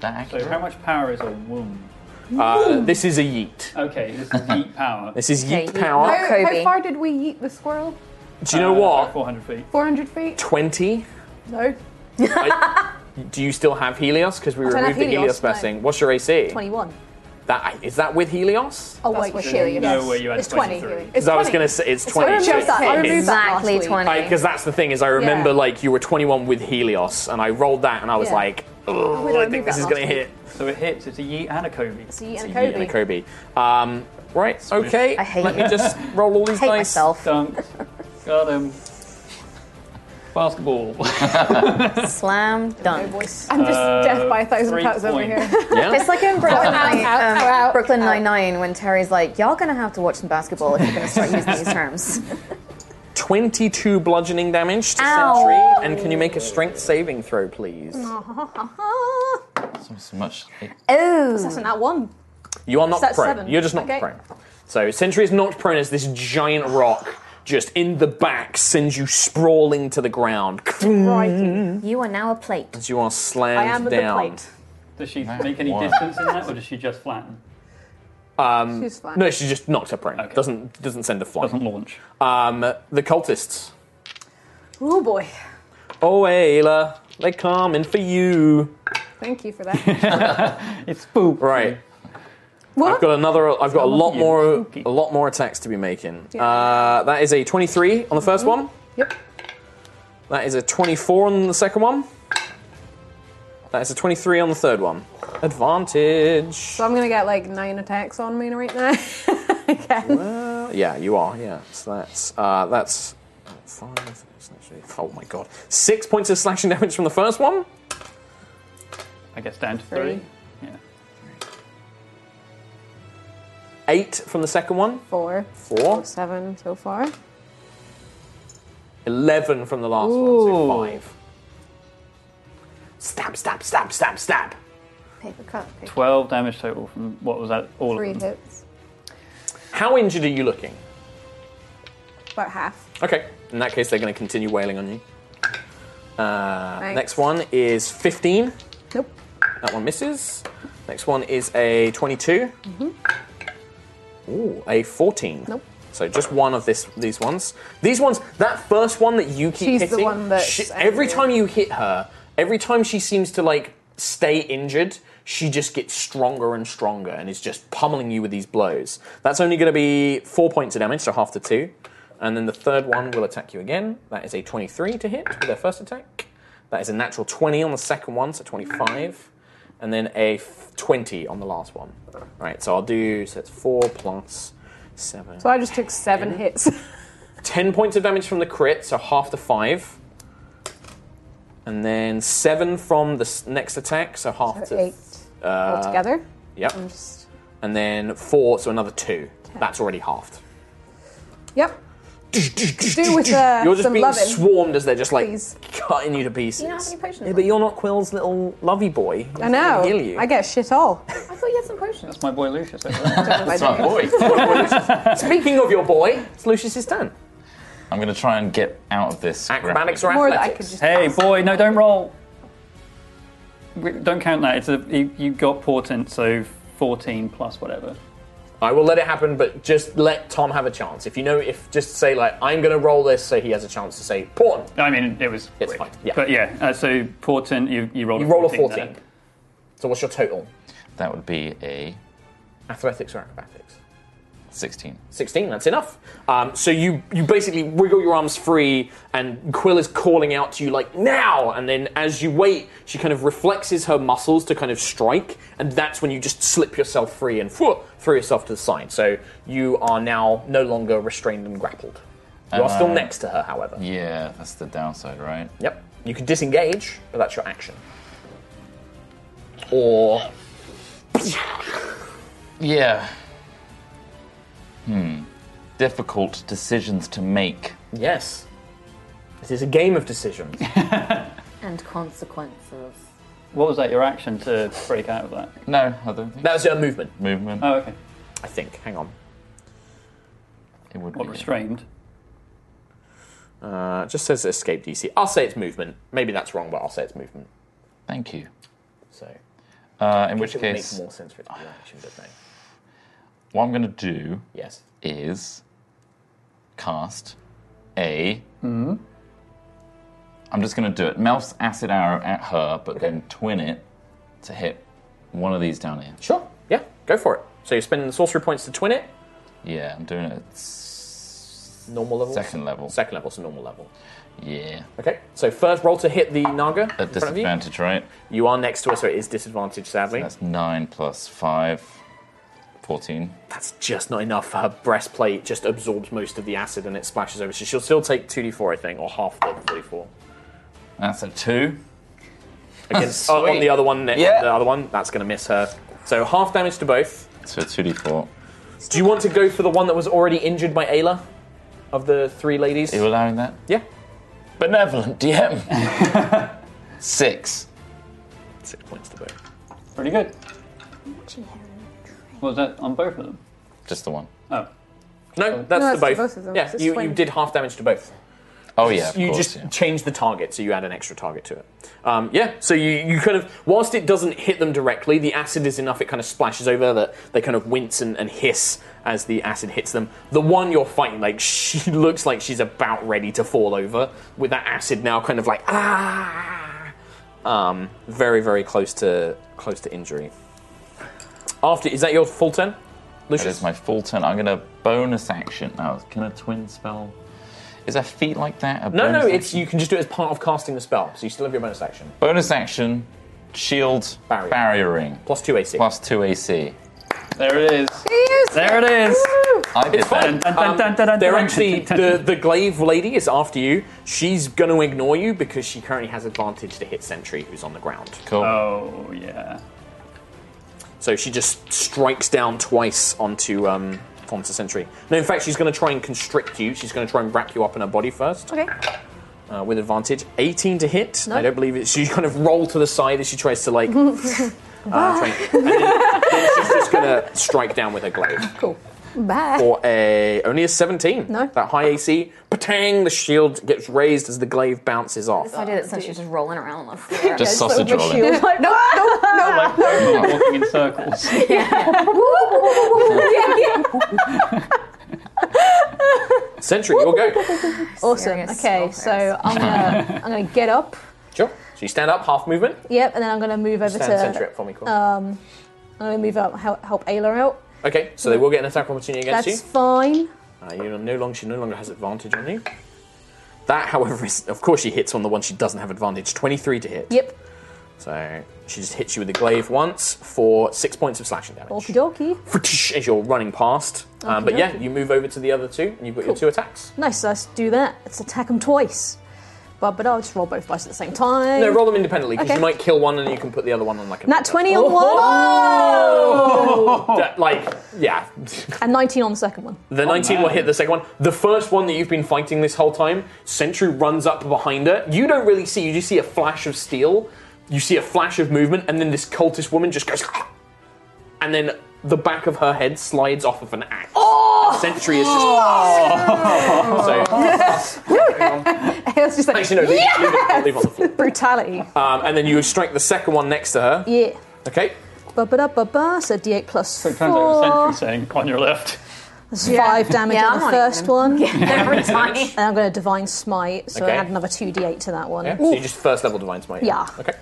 Speaker 5: So how much power is a womb?
Speaker 10: Uh, this is a yeet.
Speaker 5: Okay, this is yeet power.
Speaker 10: This is yeet
Speaker 12: Okay,
Speaker 10: power.
Speaker 12: How, how far did we eat the squirrel?
Speaker 10: Do you know what?
Speaker 5: 400 feet.
Speaker 12: 400 feet?
Speaker 10: 20.
Speaker 12: No.
Speaker 10: Do you still have Helios? Because we
Speaker 12: I don't have
Speaker 10: removed the
Speaker 12: Helios,
Speaker 10: Helios
Speaker 12: no.
Speaker 10: blessing. What's your AC?
Speaker 12: 21.
Speaker 10: That is that with Helios?
Speaker 12: Oh, wait, shit. yes. it's 20.
Speaker 10: Because I was going to say it's 20.
Speaker 9: Exactly 20.
Speaker 10: Because that's the thing is I remember like you were 21 with Helios, and I rolled that, and I was
Speaker 5: Yeah.
Speaker 10: like, oh, I think this is going to hit.
Speaker 5: So it hits. It's a yeet and a Kobe. It's
Speaker 12: a yeet
Speaker 10: Yeah, and a Kobe. Um, right. Okay.
Speaker 5: I hate
Speaker 10: Let me
Speaker 5: it.
Speaker 10: just roll all these
Speaker 5: Hate
Speaker 10: dice.
Speaker 5: myself. Got him. Basketball.
Speaker 9: Slam dunk.
Speaker 12: I'm just
Speaker 5: Uh,
Speaker 12: deaf by a thousand
Speaker 5: three
Speaker 12: cuts over
Speaker 5: point.
Speaker 12: here.
Speaker 5: Yeah.
Speaker 9: It's like in Brooklyn,
Speaker 12: Out,
Speaker 9: Nine-
Speaker 12: out,
Speaker 9: um,
Speaker 12: out,
Speaker 9: Brooklyn
Speaker 12: out.
Speaker 9: Nine Nine when Terry's like, "Y'all gonna have to watch some basketball if you're gonna start using these terms."
Speaker 10: 22 bludgeoning damage to
Speaker 9: Ow.
Speaker 10: Sentry, and can you make a strength saving throw, please?
Speaker 12: oh,
Speaker 13: So much.
Speaker 12: that's an at one.
Speaker 10: You are not
Speaker 12: Is that
Speaker 10: prone.
Speaker 12: seven?
Speaker 10: You're just not
Speaker 12: Okay.
Speaker 10: prone. So Sentry is knocked prone as this giant rock just in the back sends you sprawling to the ground
Speaker 9: You are now a plate.
Speaker 10: as you are slammed down.
Speaker 5: Does she make any
Speaker 10: Wow.
Speaker 5: distance in that, or does she just flatten?
Speaker 10: Um,
Speaker 5: She's fine.
Speaker 10: No, she's just knocked her prone. Doesn't doesn't send a fly. Doesn't
Speaker 5: launch.
Speaker 10: Um, the cultists.
Speaker 12: Oh boy.
Speaker 10: Oh, Ayla, they coming for you.
Speaker 12: Thank you for that.
Speaker 5: It's poop.
Speaker 10: Right.
Speaker 12: What?
Speaker 10: I've got another. I've got a
Speaker 12: not
Speaker 10: lot
Speaker 12: you.
Speaker 10: more. A lot more attacks to be making. Uh, that is a twenty-three on the 1st one.
Speaker 12: Yep.
Speaker 10: That is a twenty-four on the second one. That is a twenty-three on the third one. Advantage.
Speaker 12: So I'm going to get like nine attacks on me right now.
Speaker 10: Uh, yeah, you are. Yeah. So that's uh, that's five. six, eight, Oh my god! Six points of slashing damage from the first one.
Speaker 5: I guess down to three.
Speaker 10: Eight from the second one.
Speaker 12: Four.
Speaker 10: Four.
Speaker 12: Seven so far.
Speaker 10: Eleven from the last one. So five. Stab! Stab! Stab! Stab! Stab!
Speaker 12: Paper cut.
Speaker 5: 12 damage total from what was that? All
Speaker 12: Three
Speaker 5: of them.
Speaker 12: hits.
Speaker 10: How injured are you looking?
Speaker 12: About half.
Speaker 10: Okay. In that case, they're going to continue wailing on you. Uh,
Speaker 12: Thanks.
Speaker 10: next one is 15.
Speaker 12: Nope.
Speaker 10: That one misses. Next one is a 22.
Speaker 12: Mhm.
Speaker 10: Ooh, a 14.
Speaker 12: Mm-hmm. Nope.
Speaker 10: So just one of this these ones. These ones. That first one that you keep
Speaker 12: She's the
Speaker 10: hitting.
Speaker 12: one that's
Speaker 10: she- every time you hit her, every time she seems to like stay injured, she just gets stronger and stronger and is just pummeling you with these blows. That's only going to be four points of damage, so half the two. And then the third one will attack you again. That is a 23 to hit with their first attack. That is a natural 20 on the second one, so 25. And then a f- 20 on the last one. All right, so I'll do, so it's 4 plus 7.
Speaker 12: So I just took seven hits.
Speaker 10: 10 points of damage from the crit, so half the 5. And then 7 from the s- next attack, so half
Speaker 12: So
Speaker 10: to.
Speaker 12: eight
Speaker 10: uh,
Speaker 12: altogether.
Speaker 10: Yep.
Speaker 12: I'm just-
Speaker 10: And then 4, so another 2. That's already halved.
Speaker 12: Yep. Do with uh,
Speaker 10: you're just
Speaker 12: some
Speaker 10: being
Speaker 12: loving.
Speaker 10: swarmed as they're just like
Speaker 12: Please.
Speaker 10: cutting you to pieces.
Speaker 12: You don't have any potions
Speaker 10: Yeah, but you're not Quill's little lovey boy.
Speaker 12: I know.
Speaker 10: Heal you.
Speaker 12: I get shit all.
Speaker 9: I thought you had some potions.
Speaker 5: That's my boy Lucius.
Speaker 12: That's
Speaker 13: my boy.
Speaker 10: Speaking of your boy, it's Lucius's turn.
Speaker 13: I'm going to try and get out of this.
Speaker 10: Acrobatics
Speaker 13: grappling.
Speaker 10: or More that I athletics? could just
Speaker 5: hey, boy, no, don't roll. We- Don't count that. It's a you, you got portent, so 14 plus whatever.
Speaker 10: I will let it happen, but just let Tom have a chance. If you know, if just say like, I'm going to roll this, so he has a chance to say pawn.
Speaker 5: I mean, it was.
Speaker 10: It's fine. Yeah.
Speaker 5: But yeah, uh, so portent, you you roll.
Speaker 10: you roll a
Speaker 5: then.
Speaker 10: 14. So what's your total?
Speaker 13: That would be a
Speaker 10: Athletics or acrobatics?
Speaker 13: 16.
Speaker 10: 16. That's enough. Um, so you you basically wiggle your arms free, and Quill is calling out to you like now. And then as you wait, she kind of reflexes her muscles to kind of strike, and that's when you just slip yourself free and whoop, throw yourself to the side. So you are now no longer restrained and grappled. You are
Speaker 13: Uh,
Speaker 10: still next to her, however.
Speaker 13: Yeah, that's the downside, right?
Speaker 10: Yep. You can disengage, but that's your action. Or
Speaker 13: Yeah. Hmm. Difficult decisions to make.
Speaker 10: Yes. It is a game of decisions.
Speaker 9: And consequences.
Speaker 5: What was that? Your action to break out of that?
Speaker 13: No, I don't think.
Speaker 10: That was your movement.
Speaker 13: Movement.
Speaker 5: Oh, okay.
Speaker 10: I think. Hang on.
Speaker 13: It would
Speaker 5: what, restrained?
Speaker 10: Uh, it just says escape DC. I'll say it's movement. Maybe that's wrong, but I'll say it's movement.
Speaker 13: Thank you.
Speaker 10: So.
Speaker 13: Uh, in which
Speaker 10: it would
Speaker 13: case,
Speaker 10: make more sense for it to be an action, but no.
Speaker 13: what I'm going to do
Speaker 10: Yes.
Speaker 13: is cast a.
Speaker 10: Mm-hmm.
Speaker 13: am just going to do it. Melf's acid arrow at her, but then twin it to hit one of these down here.
Speaker 10: Sure. Yeah. Go for it. So you're spending the sorcery points to twin it.
Speaker 13: Yeah, I'm doing it.
Speaker 10: Normal level.
Speaker 13: Second level.
Speaker 10: Second level, so normal level.
Speaker 13: Yeah.
Speaker 10: Okay. So first roll to hit the naga. in
Speaker 13: At
Speaker 10: front of you.
Speaker 13: disadvantage, right?
Speaker 10: You are next to her, so it is disadvantage, sadly.
Speaker 13: That's 9 plus 5. 14.
Speaker 10: That's just not enough. Her breastplate just absorbs most of the acid and it splashes over. So she'll still take 2d4, I think, or half the 44.
Speaker 13: That's a 2.
Speaker 10: Against, oh, on
Speaker 13: Sweet.
Speaker 10: the other one, the,
Speaker 13: Yeah.
Speaker 10: the other one, that's going to miss her. So half damage to both.
Speaker 13: So 2d4.
Speaker 10: Do you want to go for the one that was already injured by Ayla of the three ladies?
Speaker 13: Are you allowing that?
Speaker 10: Yeah.
Speaker 13: Benevolent DM. Six.
Speaker 10: Six points to both.
Speaker 5: Pretty good. What was that on both of them?
Speaker 13: Just the one.
Speaker 5: Oh.
Speaker 10: No, that's,
Speaker 5: that's
Speaker 10: to both.
Speaker 5: to both of them.
Speaker 10: Yeah,
Speaker 5: It's a
Speaker 10: you, you
Speaker 5: swing.
Speaker 10: did half damage to both.
Speaker 13: Oh, yeah, of
Speaker 10: you
Speaker 13: course,
Speaker 10: just
Speaker 13: yeah.
Speaker 10: changed the target, so you add an extra target to it. Um, yeah, so you, you kind of whilst it doesn't hit them directly, the acid is enough. It kind of splashes over that they kind of wince and, and hiss as the acid hits them. The one you're fighting, like she looks like she's about ready to fall over with that acid now, kind of like ah, um, very very close to close to injury. After is that your full turn? Lucius?
Speaker 13: That is my full turn. I'm going to bonus action. Now, can a twin spell. Is a feat like that? A
Speaker 10: No,
Speaker 13: bonus
Speaker 10: no,
Speaker 13: action?
Speaker 10: it's you can just do it as part of casting the spell, so you still have your bonus action.
Speaker 13: Bonus action, shield, barrier, ring.
Speaker 10: Plus 2 AC.
Speaker 13: Plus 2 AC.
Speaker 5: There it is.
Speaker 13: There it is. I did
Speaker 10: It's fine.
Speaker 13: that.
Speaker 10: Um, they're actually the, the glaive lady is after you. She's going to ignore you because she currently has advantage to hit Sentry, who's on the ground.
Speaker 13: Cool.
Speaker 5: Oh yeah.
Speaker 10: So she just strikes down twice onto um, onto Sentry. No, in fact, she's going to try and constrict you. She's going to try and wrap you up in her body first.
Speaker 12: Okay.
Speaker 10: Uh, with advantage, 18 to hit.
Speaker 12: No.
Speaker 10: I don't believe it. She kind of roll to the side as she tries to like. uh, try and, and then, then she's just going to strike down with her glaive.
Speaker 12: Cool. Bye.
Speaker 10: for a only a 17. No. That high AC. Patang, the shield gets raised as the glaive bounces off.
Speaker 9: This idea that Sentry's just rolling around on the floor.
Speaker 10: Just sausage rolling.
Speaker 9: Like, no, no, no.
Speaker 5: walking in circles.
Speaker 10: Sentry, you'll go.
Speaker 14: Awesome. Okay, so I'm gonna I'm gonna get up.
Speaker 10: Sure. So you stand up, half movement.
Speaker 14: Yep, and then I'm gonna move over
Speaker 10: Stand
Speaker 14: to.
Speaker 10: sentry up for me, cool.
Speaker 14: Um, I'm gonna move up help, help Ayla out.
Speaker 10: Okay, so they will get an attack opportunity against
Speaker 14: That's fine.
Speaker 10: you. Uh, you no longer she no longer has advantage on you. That, however, is of course she hits on the one she doesn't have advantage. Twenty-three to hit.
Speaker 14: Yep.
Speaker 10: So she just hits you with the glaive once for six points of slashing damage.
Speaker 14: Okie dokie.
Speaker 10: As you're running past, um, but yeah,
Speaker 14: Okey-dokey.
Speaker 10: you move over to the other two, and you've got your
Speaker 14: Cool.
Speaker 10: two attacks.
Speaker 14: Nice. Let's do that. Let's attack them twice. But but I'll just roll both dice at the same time.
Speaker 10: No, roll them independently because
Speaker 14: Okay.
Speaker 10: you might kill one and you can put the other one on like a.
Speaker 14: Nat 20 on one.
Speaker 10: That, like, yeah.
Speaker 14: And 19 on the second one.
Speaker 10: The 19 will hit the second one. The first one that you've been fighting this whole time, Sentry runs up behind her. You don't really see, you just see a flash of steel. You see a flash of movement, and then this cultist woman just goes. And then the back of her head slides off of an axe. Oh! Sentry is just. So,
Speaker 14: It's just like,
Speaker 10: actually, no, leave,
Speaker 14: yeah!
Speaker 10: leave it, I'll leave it on the floor.
Speaker 14: Brutality.
Speaker 10: Um, and then you strike the second one next to her.
Speaker 14: Yeah.
Speaker 10: Okay?
Speaker 14: Ba ba da ba ba. So D8 plus four.
Speaker 5: Sometimes I have a sentry saying on your left.
Speaker 14: That's
Speaker 9: Yeah.
Speaker 14: five damage
Speaker 9: Yeah,
Speaker 14: on
Speaker 9: I'm
Speaker 14: the
Speaker 9: not
Speaker 14: first
Speaker 9: even-
Speaker 14: one.
Speaker 9: Yeah,
Speaker 10: pretty tiny.
Speaker 14: And I'm going to divine smite, so
Speaker 10: Okay.
Speaker 14: I add another two d8 to that one.
Speaker 10: Yeah, so you just first level Divine Smite.
Speaker 14: Yeah.
Speaker 10: Okay.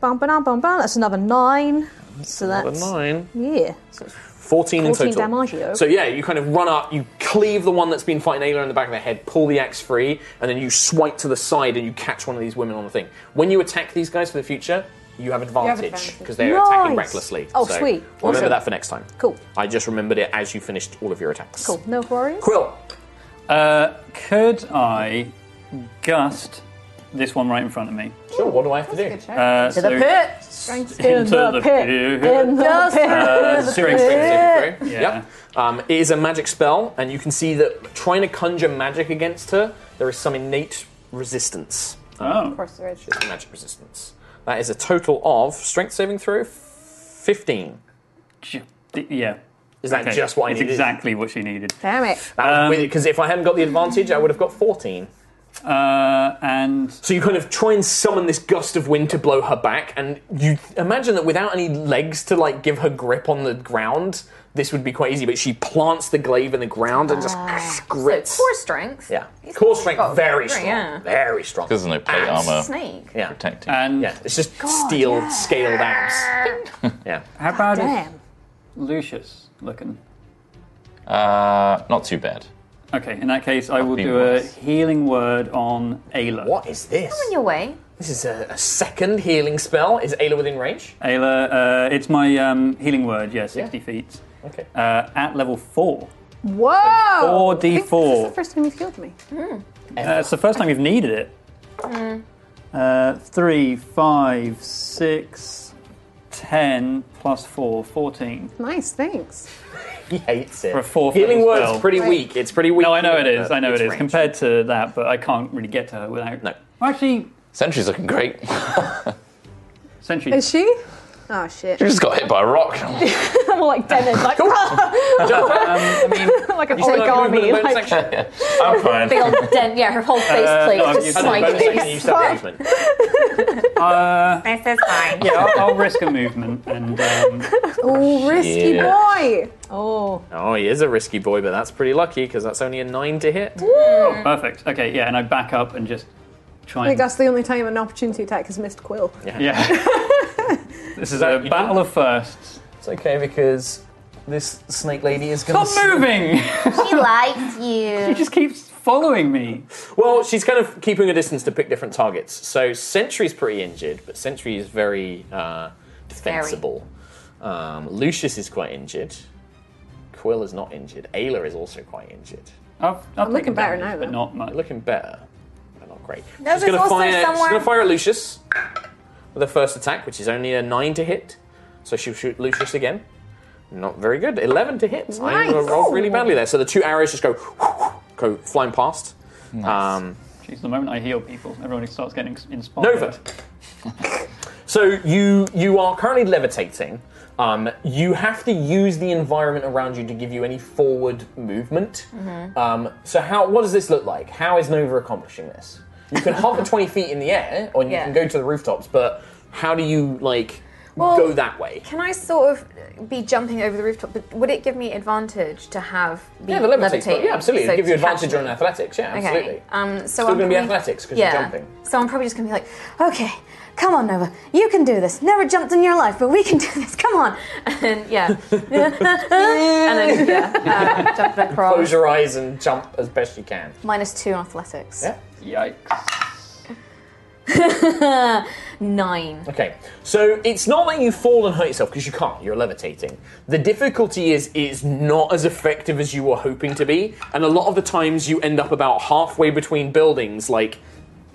Speaker 14: Bam, bam, bam, bam. That's another nine. so
Speaker 10: another
Speaker 14: that's
Speaker 10: nine.
Speaker 14: Yeah.
Speaker 10: 14 in
Speaker 14: 14
Speaker 10: total.
Speaker 14: damage.
Speaker 10: So yeah, you kind of run up, you cleave the one that's been fighting Ayla in the back of the head, pull the axe free, and then you swipe to the side and you catch one of these women on the thing. When you attack these guys for the future, you have advantage
Speaker 14: advantage.
Speaker 10: because they're attacking
Speaker 14: Nice.
Speaker 10: recklessly.
Speaker 14: Oh,
Speaker 10: So
Speaker 14: sweet.
Speaker 10: Remember
Speaker 14: Awesome.
Speaker 10: that for next time.
Speaker 14: Cool.
Speaker 10: I just remembered it as you finished all of your attacks.
Speaker 14: Cool. No worries.
Speaker 10: Quill.
Speaker 5: Uh, could I gust this one right in front of me?
Speaker 10: Sure. What do I have to do?
Speaker 5: Uh,
Speaker 14: To the
Speaker 5: so-
Speaker 14: pit.
Speaker 5: Into the pit.
Speaker 14: In the pit.
Speaker 5: Uh,
Speaker 10: Uh, strength saving throw.
Speaker 5: Yeah.
Speaker 10: Yep. Um, it is a magic spell, and you can see that trying to conjure magic against her, there is some innate resistance.
Speaker 5: Oh. Of
Speaker 10: course there is. magic resistance. That is a total of strength saving throw, f- 15.
Speaker 5: Yeah.
Speaker 10: Is that
Speaker 5: Okay,
Speaker 10: just what I
Speaker 5: It's Um,
Speaker 10: needed?
Speaker 5: exactly what she needed.
Speaker 14: Damn it.
Speaker 10: Because if I hadn't got the advantage, I would have got 14.
Speaker 5: Uh, and
Speaker 10: so you kind of try and summon this gust of wind to blow her back, and you imagine that without any legs to like give her grip on the ground, this would be quite easy. But she plants the glaive in the ground and just grits.
Speaker 11: Ah. Core strength.
Speaker 10: yeah, core strength
Speaker 11: got
Speaker 10: very
Speaker 11: three,
Speaker 10: strong,
Speaker 11: yeah.
Speaker 10: very strong.
Speaker 13: Because there's no plate
Speaker 10: Abs.
Speaker 13: armor
Speaker 11: Snake.
Speaker 10: Yeah,
Speaker 13: protecting.
Speaker 5: And
Speaker 10: yeah, it's just steel scaled abs. yeah.
Speaker 5: How bad
Speaker 14: Damn.
Speaker 5: is Lucius looking?
Speaker 13: Uh, not too bad.
Speaker 5: Okay, in that case, I will
Speaker 13: been
Speaker 5: do a healing word on Ayla.
Speaker 10: What is this?
Speaker 11: On your way.
Speaker 10: This is a, a second healing spell. Is Ayla within range?
Speaker 5: Ayla, uh, it's my um, healing word, yeah, 60 feet.
Speaker 10: Okay.
Speaker 5: Uh, at level 4.
Speaker 12: Whoa!
Speaker 11: Oh.
Speaker 5: Four D
Speaker 12: This is
Speaker 5: four.
Speaker 12: the first time you've healed me.
Speaker 5: Uh, it's the first time you've needed it. Uh, 3, 5, 6, 10, plus 4, 14.
Speaker 12: Nice, thanks.
Speaker 10: He hates it.
Speaker 5: For a fourth
Speaker 10: healing
Speaker 5: level
Speaker 10: word's
Speaker 5: spell.
Speaker 10: pretty weak. It's pretty weak.
Speaker 5: No, I know it is.
Speaker 10: Uh,
Speaker 5: I know
Speaker 10: it's
Speaker 5: it is.
Speaker 10: range.
Speaker 5: Compared to that, but I can't really get to her without. No. Actually,
Speaker 13: Sentry's looking great.
Speaker 5: Sentry.
Speaker 12: Is she? Oh shit.
Speaker 13: she just got hit by a rock.
Speaker 14: I'm like Dennis, like, like an
Speaker 10: You still have
Speaker 14: origami.
Speaker 10: movement in the bonus
Speaker 14: Like,
Speaker 10: action?
Speaker 13: I'm fine.
Speaker 9: Big old dent. Yeah, her whole face
Speaker 5: Uh,
Speaker 9: plate
Speaker 5: no, I'm
Speaker 9: just
Speaker 5: using the
Speaker 9: smiting.
Speaker 5: bonus
Speaker 10: You still have movement.
Speaker 5: Uh,
Speaker 11: This is fine.
Speaker 5: yeah, I'll, I'll risk a movement and. Um,
Speaker 12: Oh, risky
Speaker 10: Yeah.
Speaker 12: boy. Oh.
Speaker 10: Oh, he is a risky boy, but that's pretty lucky because that's only a nine to hit.
Speaker 5: oh, perfect. Okay, yeah, and I back up and just
Speaker 12: I
Speaker 5: try
Speaker 12: think
Speaker 5: and.
Speaker 12: that's the only time an opportunity attack has missed Quill.
Speaker 5: Yeah. this is a battle of firsts.
Speaker 10: It's okay because this snake lady is going
Speaker 5: Stop moving!
Speaker 9: She likes
Speaker 5: She
Speaker 9: you.
Speaker 5: just keeps following me.
Speaker 10: Well, she's kind of keeping a distance to pick different targets. So Sentry's pretty injured, but Sentry is very uh, defensible. Um, Lucius is quite injured. Quill is not injured. Ayla is also quite injured. Uh,
Speaker 5: I've, I've
Speaker 12: I'm looking
Speaker 5: taken
Speaker 12: better
Speaker 5: damage,
Speaker 12: now,
Speaker 5: but
Speaker 12: though.
Speaker 5: not much.
Speaker 10: Looking better, but not great.
Speaker 11: Nova's
Speaker 10: she's going to
Speaker 11: also
Speaker 10: fire. She's
Speaker 11: somewhere-
Speaker 10: going to fire at Lucius with her first attack, which is only a nine to hit. So she'll shoot Lucius again. Not very good. Eleven to hit. I'm going
Speaker 12: Nice.
Speaker 10: to roll really badly there. So the two arrows just go go flying past. Um,
Speaker 5: Jeez, the moment I heal people, everyone starts getting inspired.
Speaker 10: Nova. so you you are currently levitating. Um, you have to use the environment around you to give you any forward movement.
Speaker 11: Mm-hmm.
Speaker 10: Um, so how what does this look like? How is Nova accomplishing this? You can hover twenty feet in the air, or you
Speaker 11: Yeah.
Speaker 10: can go to the rooftops. But how do you like
Speaker 11: Well-
Speaker 10: go that way?
Speaker 11: Can I sort of be jumping over the rooftop? But would it give me advantage to have be
Speaker 10: Yeah, the levitate.
Speaker 11: levitating?
Speaker 10: Yeah, absolutely.
Speaker 11: So
Speaker 10: It'll give you
Speaker 11: to catch
Speaker 10: advantage
Speaker 11: me.
Speaker 10: on athletics. Yeah, absolutely.
Speaker 11: Okay. Um, so
Speaker 10: Still
Speaker 11: I'm
Speaker 10: gonna be
Speaker 11: probably-
Speaker 10: athletics 'cause you're
Speaker 11: yeah.
Speaker 10: jumping.
Speaker 11: So I'm probably just gonna be like, okay, come on, Nova, you can do this. Never jumped in your life, but we can do this. Come on. And yeah, and then yeah, uh, jump across.
Speaker 10: Close your eyes and jump as best you can.
Speaker 11: Minus two on athletics.
Speaker 10: Yeah.
Speaker 5: Yikes.
Speaker 11: Nine.
Speaker 10: Okay, so it's not that you fall and hurt yourself because you can't. You're levitating. The difficulty is it's not as effective as you were hoping to be, and a lot of the times you end up about halfway between buildings, like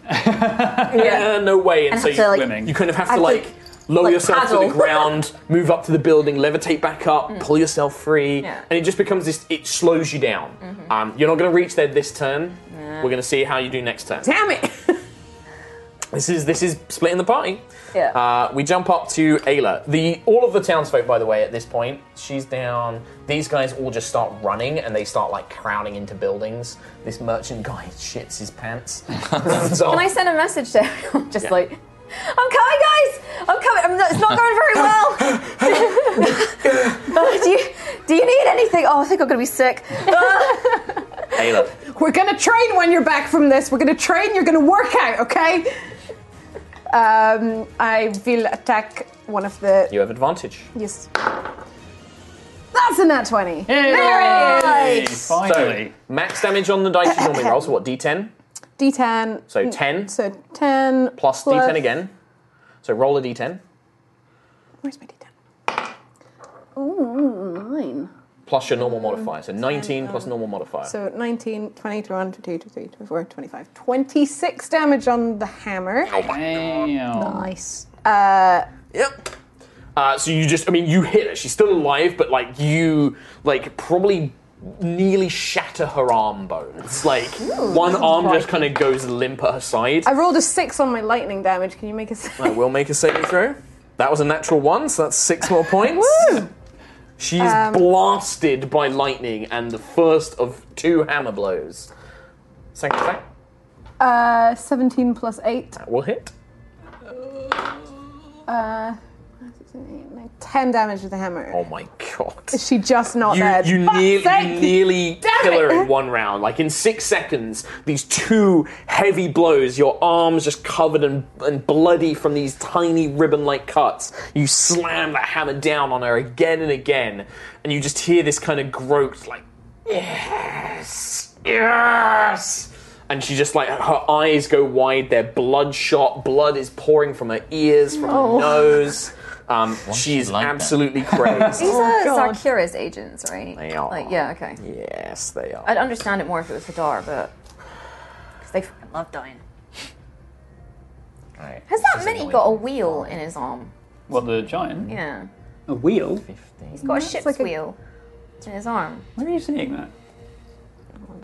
Speaker 10: yeah, no way, and,
Speaker 11: And
Speaker 10: so
Speaker 11: have to,
Speaker 10: you,
Speaker 11: like-
Speaker 5: Swimming.
Speaker 10: you kind of have
Speaker 11: I
Speaker 10: to like
Speaker 11: think,
Speaker 10: lower
Speaker 11: like,
Speaker 10: yourself to the
Speaker 11: paddle. Mm.
Speaker 10: ground, move up to the building, levitate back up, pull yourself free,
Speaker 11: Yeah. Mm-hmm.
Speaker 10: and it just becomes this. It slows you down. Um, you're not going to reach there this turn. We're going to see how you do next turn.
Speaker 12: Damn it.
Speaker 10: This is this is splitting the party.
Speaker 11: Yeah.
Speaker 10: Uh, we jump up to Ayla. The all of the townsfolk, by the way, at this point, she's down. These guys all just start running and they start like crowding into buildings. This merchant guy shits his pants. So-
Speaker 11: Can I send a message to everyone? Just like, I'm coming, guys. I'm coming. I'm not, it's not going very well. do you do you need anything? Oh, I think I'm gonna be sick. Uh,
Speaker 10: Ayla.
Speaker 12: We're gonna train when you're back from this. We're gonna train. You're gonna work out, okay? Um, I will attack one of the.
Speaker 10: You have advantage.
Speaker 12: Yes. That's a nat twenty.
Speaker 5: Yay! Finally.
Speaker 10: So max damage on the dice you normally roll. So what? D10.
Speaker 12: D10.
Speaker 10: So 10
Speaker 12: So ten
Speaker 10: plus D10 again. So roll a D10
Speaker 12: Where's my D10? Ooh, nine.
Speaker 10: plus your normal modifier. So 19 plus normal modifier.
Speaker 12: So 19, 20, 21, 22, 23, 24, 25. 26 damage on the
Speaker 10: Oh
Speaker 12: hammer.
Speaker 5: Damn.
Speaker 14: nice.
Speaker 12: Uh,
Speaker 10: Yep. Uh, so you just, I mean, you hit her. She's still alive, but like you, like probably nearly shatter her arm bones. Like one arm just kind of goes limp at her side.
Speaker 12: I rolled a 6 on my lightning damage. Can you make a save?
Speaker 10: I will make a saving throw. That was a natural one, so that's six more points.
Speaker 12: Woo! Um,
Speaker 10: She's blasted by lightning and the first of two hammer blows. Second attack.
Speaker 12: Uh, 17 plus 8.
Speaker 10: That will hit.
Speaker 12: Uh, 10 damage with the hammer.
Speaker 10: Oh my god.
Speaker 12: Is she just not
Speaker 10: you,
Speaker 12: dead?
Speaker 10: You,
Speaker 12: Fuck's
Speaker 10: nearly, you
Speaker 12: sake!
Speaker 10: nearly
Speaker 12: Damn
Speaker 10: kill her
Speaker 12: it.
Speaker 10: in one round. Like in six seconds, these two heavy blows, your arms just covered and, and bloody from these tiny ribbon like cuts. You slam the hammer down on her again and again, and you just hear this kind of groat like, yes, yes. And she just like, her eyes go wide, they're bloodshot, blood is pouring from her ears, from
Speaker 15: Oh.
Speaker 10: her nose. Um, she is absolutely crazed.
Speaker 12: Oh,
Speaker 15: These are Sarkira's agents, right?
Speaker 10: They are.
Speaker 15: Like, yeah, okay.
Speaker 10: Yes, they are.
Speaker 15: I'd understand it more if it was Hadar, but because they fucking love dying.
Speaker 13: Right.
Speaker 15: Has that mini got a wheel in his arm?
Speaker 5: What, the giant?
Speaker 15: Yeah,
Speaker 5: A wheel?
Speaker 15: he's got a
Speaker 14: It's
Speaker 15: ship's
Speaker 14: like a-
Speaker 15: wheel in his arm.
Speaker 5: Where are you seeing that?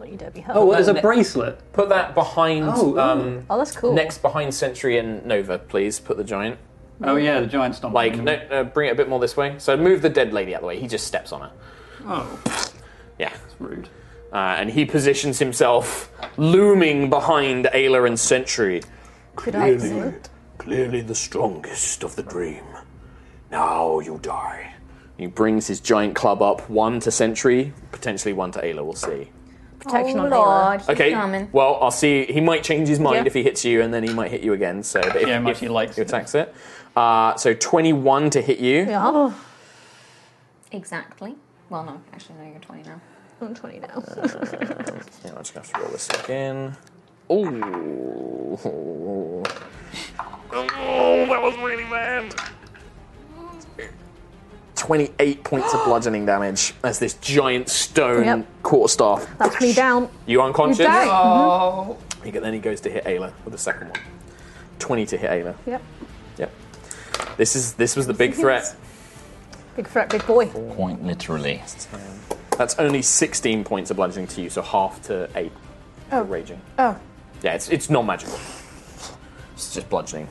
Speaker 15: You don't be hurt.
Speaker 14: Oh, well, there's a
Speaker 5: bracelet.
Speaker 10: Put that behind.
Speaker 14: Oh, ooh.
Speaker 10: um,
Speaker 14: Oh, that's cool.
Speaker 10: Next behind Sentry and Nova, please. Put the giant.
Speaker 5: Oh, yeah, the giant's not.
Speaker 10: Like, no, uh, bring it a bit more this way. So move the dead lady out of the way. He just steps on her.
Speaker 5: Oh.
Speaker 10: Yeah. That's
Speaker 5: rude.
Speaker 10: Uh, and he positions himself, looming behind Ayla and Sentry.
Speaker 16: Could
Speaker 10: I
Speaker 16: clearly, clearly the strongest of the dream. Now you die.
Speaker 10: He brings his giant club up, one to Sentry, potentially one to Ayla. We'll see.
Speaker 15: Protection
Speaker 9: Oh,
Speaker 15: on
Speaker 9: Lord,
Speaker 15: Ayla.
Speaker 10: Okay. Well, I'll see. He might change his mind
Speaker 15: Yeah.
Speaker 10: if he hits you, and then he might hit you again. So, but if,
Speaker 5: Yeah,
Speaker 10: if he likes he attacks it. Uh, so twenty-one to hit you.
Speaker 15: Yeah. Exactly. Well, no, actually, no. You're 20 now.
Speaker 14: I'm 20 now.
Speaker 10: Yeah, I'm just gonna have to roll this again. Ooh. Oh, that was really bad. 28 points of bludgeoning damage as this giant stone
Speaker 14: Yep.
Speaker 10: quarterstaff.
Speaker 14: That's me down.
Speaker 10: You unconscious?
Speaker 14: You die. Oh.
Speaker 10: He go- then he goes to hit Ayla with the second one. 20 to hit Ayla.
Speaker 12: Yep.
Speaker 10: Yep. This is this was the big threat.
Speaker 12: Big threat, big boy.
Speaker 10: Point literally. That's only 16 points of bludgeoning to you, so half to 8 for
Speaker 12: Oh.
Speaker 10: raging.
Speaker 12: Oh.
Speaker 10: Yeah, it's, it's non magical. It's just bludgeoning.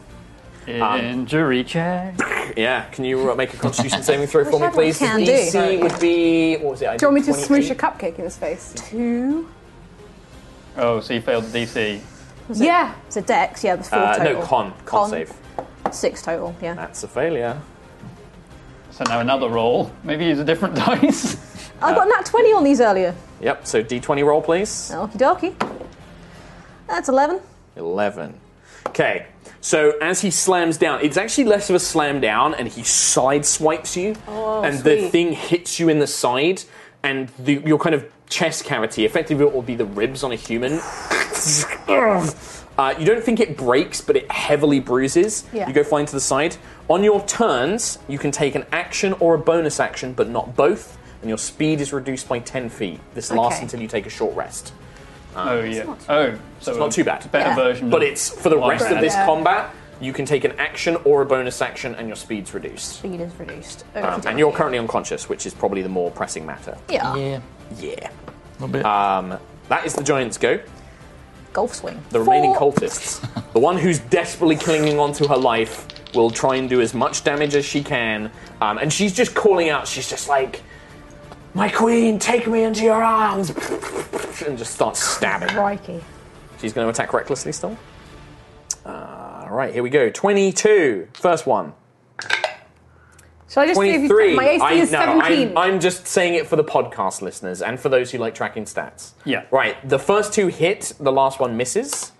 Speaker 10: Um,
Speaker 5: Injury check.
Speaker 10: Yeah, can you uh, make a constitution saving throw for me,
Speaker 12: Whichever
Speaker 10: please?
Speaker 12: can
Speaker 10: The
Speaker 12: do.
Speaker 10: DC would be. What was it? I
Speaker 12: Do you want me to
Speaker 10: did 28.
Speaker 12: smoosh a cupcake in his face? Two.
Speaker 5: Oh, so you failed the DC.
Speaker 12: yeah.
Speaker 14: It's a dex, yeah, the four
Speaker 5: Uh, no,
Speaker 14: total.
Speaker 5: con. Con save.
Speaker 14: Six total, yeah.
Speaker 10: That's a failure.
Speaker 5: So now another roll. Maybe use a different dice.
Speaker 14: I got nat 20 on these earlier.
Speaker 10: Yep, so d20 roll, please.
Speaker 14: Okie dokie. That's 11.
Speaker 10: 11. Okay, so as he slams down, it's actually less of a slam down, and he side swipes you,
Speaker 16: Oh,
Speaker 10: and the
Speaker 16: sweet.
Speaker 10: thing hits you in the side, and the, your kind of chest cavity, effectively, it will be the ribs on a human. Uh, you don't think it breaks, but it heavily bruises.
Speaker 16: Yeah.
Speaker 10: You go flying to the side. On your turns, you can take an action or a bonus action, but not both, and your speed is reduced by 10 feet. This lasts
Speaker 5: Okay.
Speaker 10: until you take a short rest. Um,
Speaker 5: oh, yeah. Oh, so
Speaker 10: it's not too bad.
Speaker 5: It's a better version.
Speaker 10: But
Speaker 5: of
Speaker 10: it's for the
Speaker 5: one
Speaker 10: rest of
Speaker 5: had.
Speaker 10: this combat. You can take an action or a bonus action, and your speed's reduced.
Speaker 14: Speed is reduced.
Speaker 10: Um,
Speaker 14: Okie
Speaker 10: and you're currently unconscious, which is probably the more pressing matter.
Speaker 14: Yeah. Yeah.
Speaker 10: Yeah.
Speaker 13: Ah.
Speaker 10: Um, that is the giant's go.
Speaker 14: Golf swing.
Speaker 10: The remaining cultists, the one who's desperately clinging on to her life, will try and do as much damage as she can. Um, and she's just calling out. She's just like, "My queen, take me into your arms!" and just starts stabbing.
Speaker 14: Crikey.
Speaker 10: She's going to attack recklessly still. Uh, right, here we go. 22. First one.
Speaker 12: Shall I just see if you.
Speaker 10: 23.
Speaker 12: My AC
Speaker 10: I-
Speaker 12: is
Speaker 10: no,
Speaker 12: 17.
Speaker 10: I'm, I'm just saying it for the podcast listeners and for those who like tracking stats.
Speaker 5: Yeah.
Speaker 10: Right, the first two hit, the last one misses.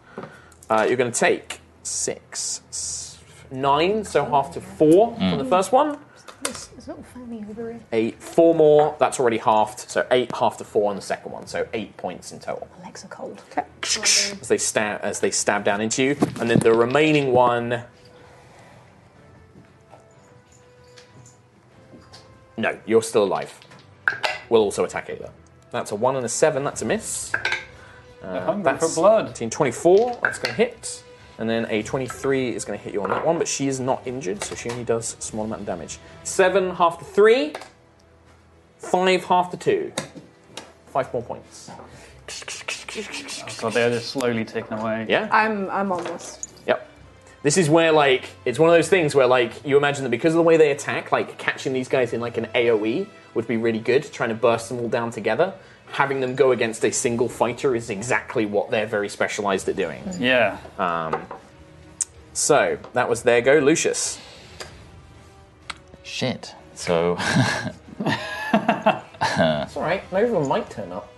Speaker 10: Uh, you're going to take six, s- nine, so half to four
Speaker 16: Mm.
Speaker 10: from the first one.
Speaker 14: It's, it's not funny over here.
Speaker 10: Eight, four more, that's already halved, so eight, half to four on the second one, so eight points in total.
Speaker 14: Legs are cold.
Speaker 10: as they stab as they stab down into you, and then the remaining one. No, you're still alive. We'll also attack Ayla. That's a one and a seven. That's a miss. Uh,
Speaker 5: hungry for
Speaker 10: that's
Speaker 5: blood.
Speaker 10: 18, 24. That's going to hit, and then a twenty-three is going to hit you on that one. But she is not injured, so she only does a small amount of damage. Seven half to three. Five half to two. Five more points.
Speaker 5: Oh, God, they're just slowly taken away.
Speaker 10: Yeah.
Speaker 12: I'm, I'm almost.
Speaker 10: Yep. This is where like it's one of those things where like you imagine that because of the way they E attack, like catching these guys in like an AOE would be really good, trying to burst them all down together. having them go against a single fighter is exactly what they're very specialized at doing.
Speaker 5: Yeah.
Speaker 13: Ah,
Speaker 10: Um, so that was their go, Lucius.
Speaker 13: Shit. So.
Speaker 10: It's all right. Nova might turn up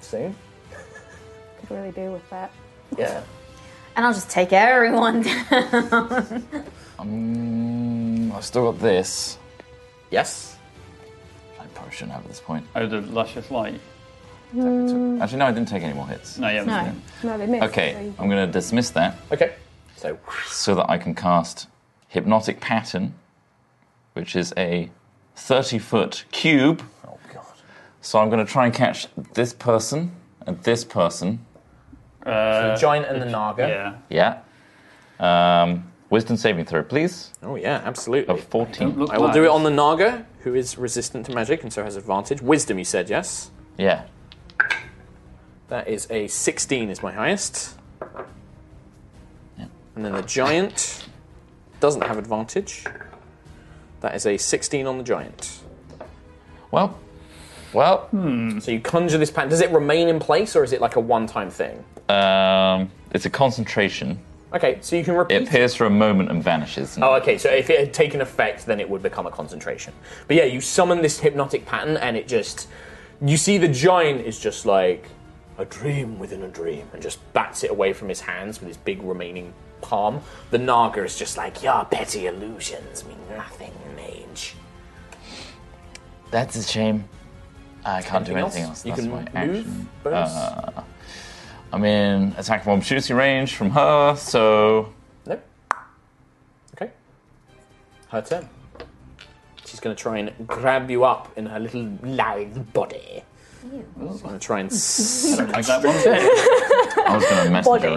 Speaker 10: soon.
Speaker 12: Could really do with that.
Speaker 10: Yeah.
Speaker 11: And I'll just take everyone.
Speaker 13: um, I've still got this.
Speaker 10: Yes.
Speaker 13: I probably shouldn't have at this point. Mm.
Speaker 5: Oh, the luscious light.
Speaker 13: Actually, no, I didn't take any more hits.
Speaker 5: No, yeah.
Speaker 12: No, no, they missed. so
Speaker 13: Okay,
Speaker 12: you-
Speaker 13: I'm going to dismiss that.
Speaker 10: Okay. So.
Speaker 13: So that I can cast Hypnotic Pattern, which is a 30 foot cube. Oh, God. So I'm going to try and catch this person and this person.
Speaker 10: so the giant and the naga. Uh, Yeah.
Speaker 13: Yeah. Um, wisdom saving throw, please.
Speaker 10: Oh yeah, absolutely.
Speaker 13: Of 14.
Speaker 10: I will do it on the naga, who is resistant to magic and so has advantage. Wisdom, you said yes.
Speaker 13: Yeah.
Speaker 10: That is a 16 is my highest. And then the giant doesn't have advantage. That is a 16 on the giant.
Speaker 13: Well, well.
Speaker 10: So you conjure this pattern. Does it remain in place or is it like a one-time thing?
Speaker 13: Um, it's a concentration.
Speaker 10: Okay, so you can repeat.
Speaker 13: It appears for a moment and vanishes.
Speaker 10: Oh, okay. So if it had taken effect, then it would become a concentration. But yeah, you summon this hypnotic pattern, and it just. You see the giant is just like a dream within a dream, and just bats it away from his hands with his big remaining palm. The Naga is just like, your petty illusions mean nothing, mage.
Speaker 13: That's a shame. I can't do
Speaker 10: Anything
Speaker 13: anything
Speaker 10: else?
Speaker 13: else.
Speaker 10: You
Speaker 13: That's
Speaker 10: can
Speaker 13: my
Speaker 10: move,
Speaker 13: action.
Speaker 10: bonus?
Speaker 13: Uh, I'm in attack from opportunity range from her, so
Speaker 10: Her turn. She's going to try and grab you up in her little live body. She's going to try and. s-
Speaker 5: I don't like that one.
Speaker 13: I was going to
Speaker 5: messenger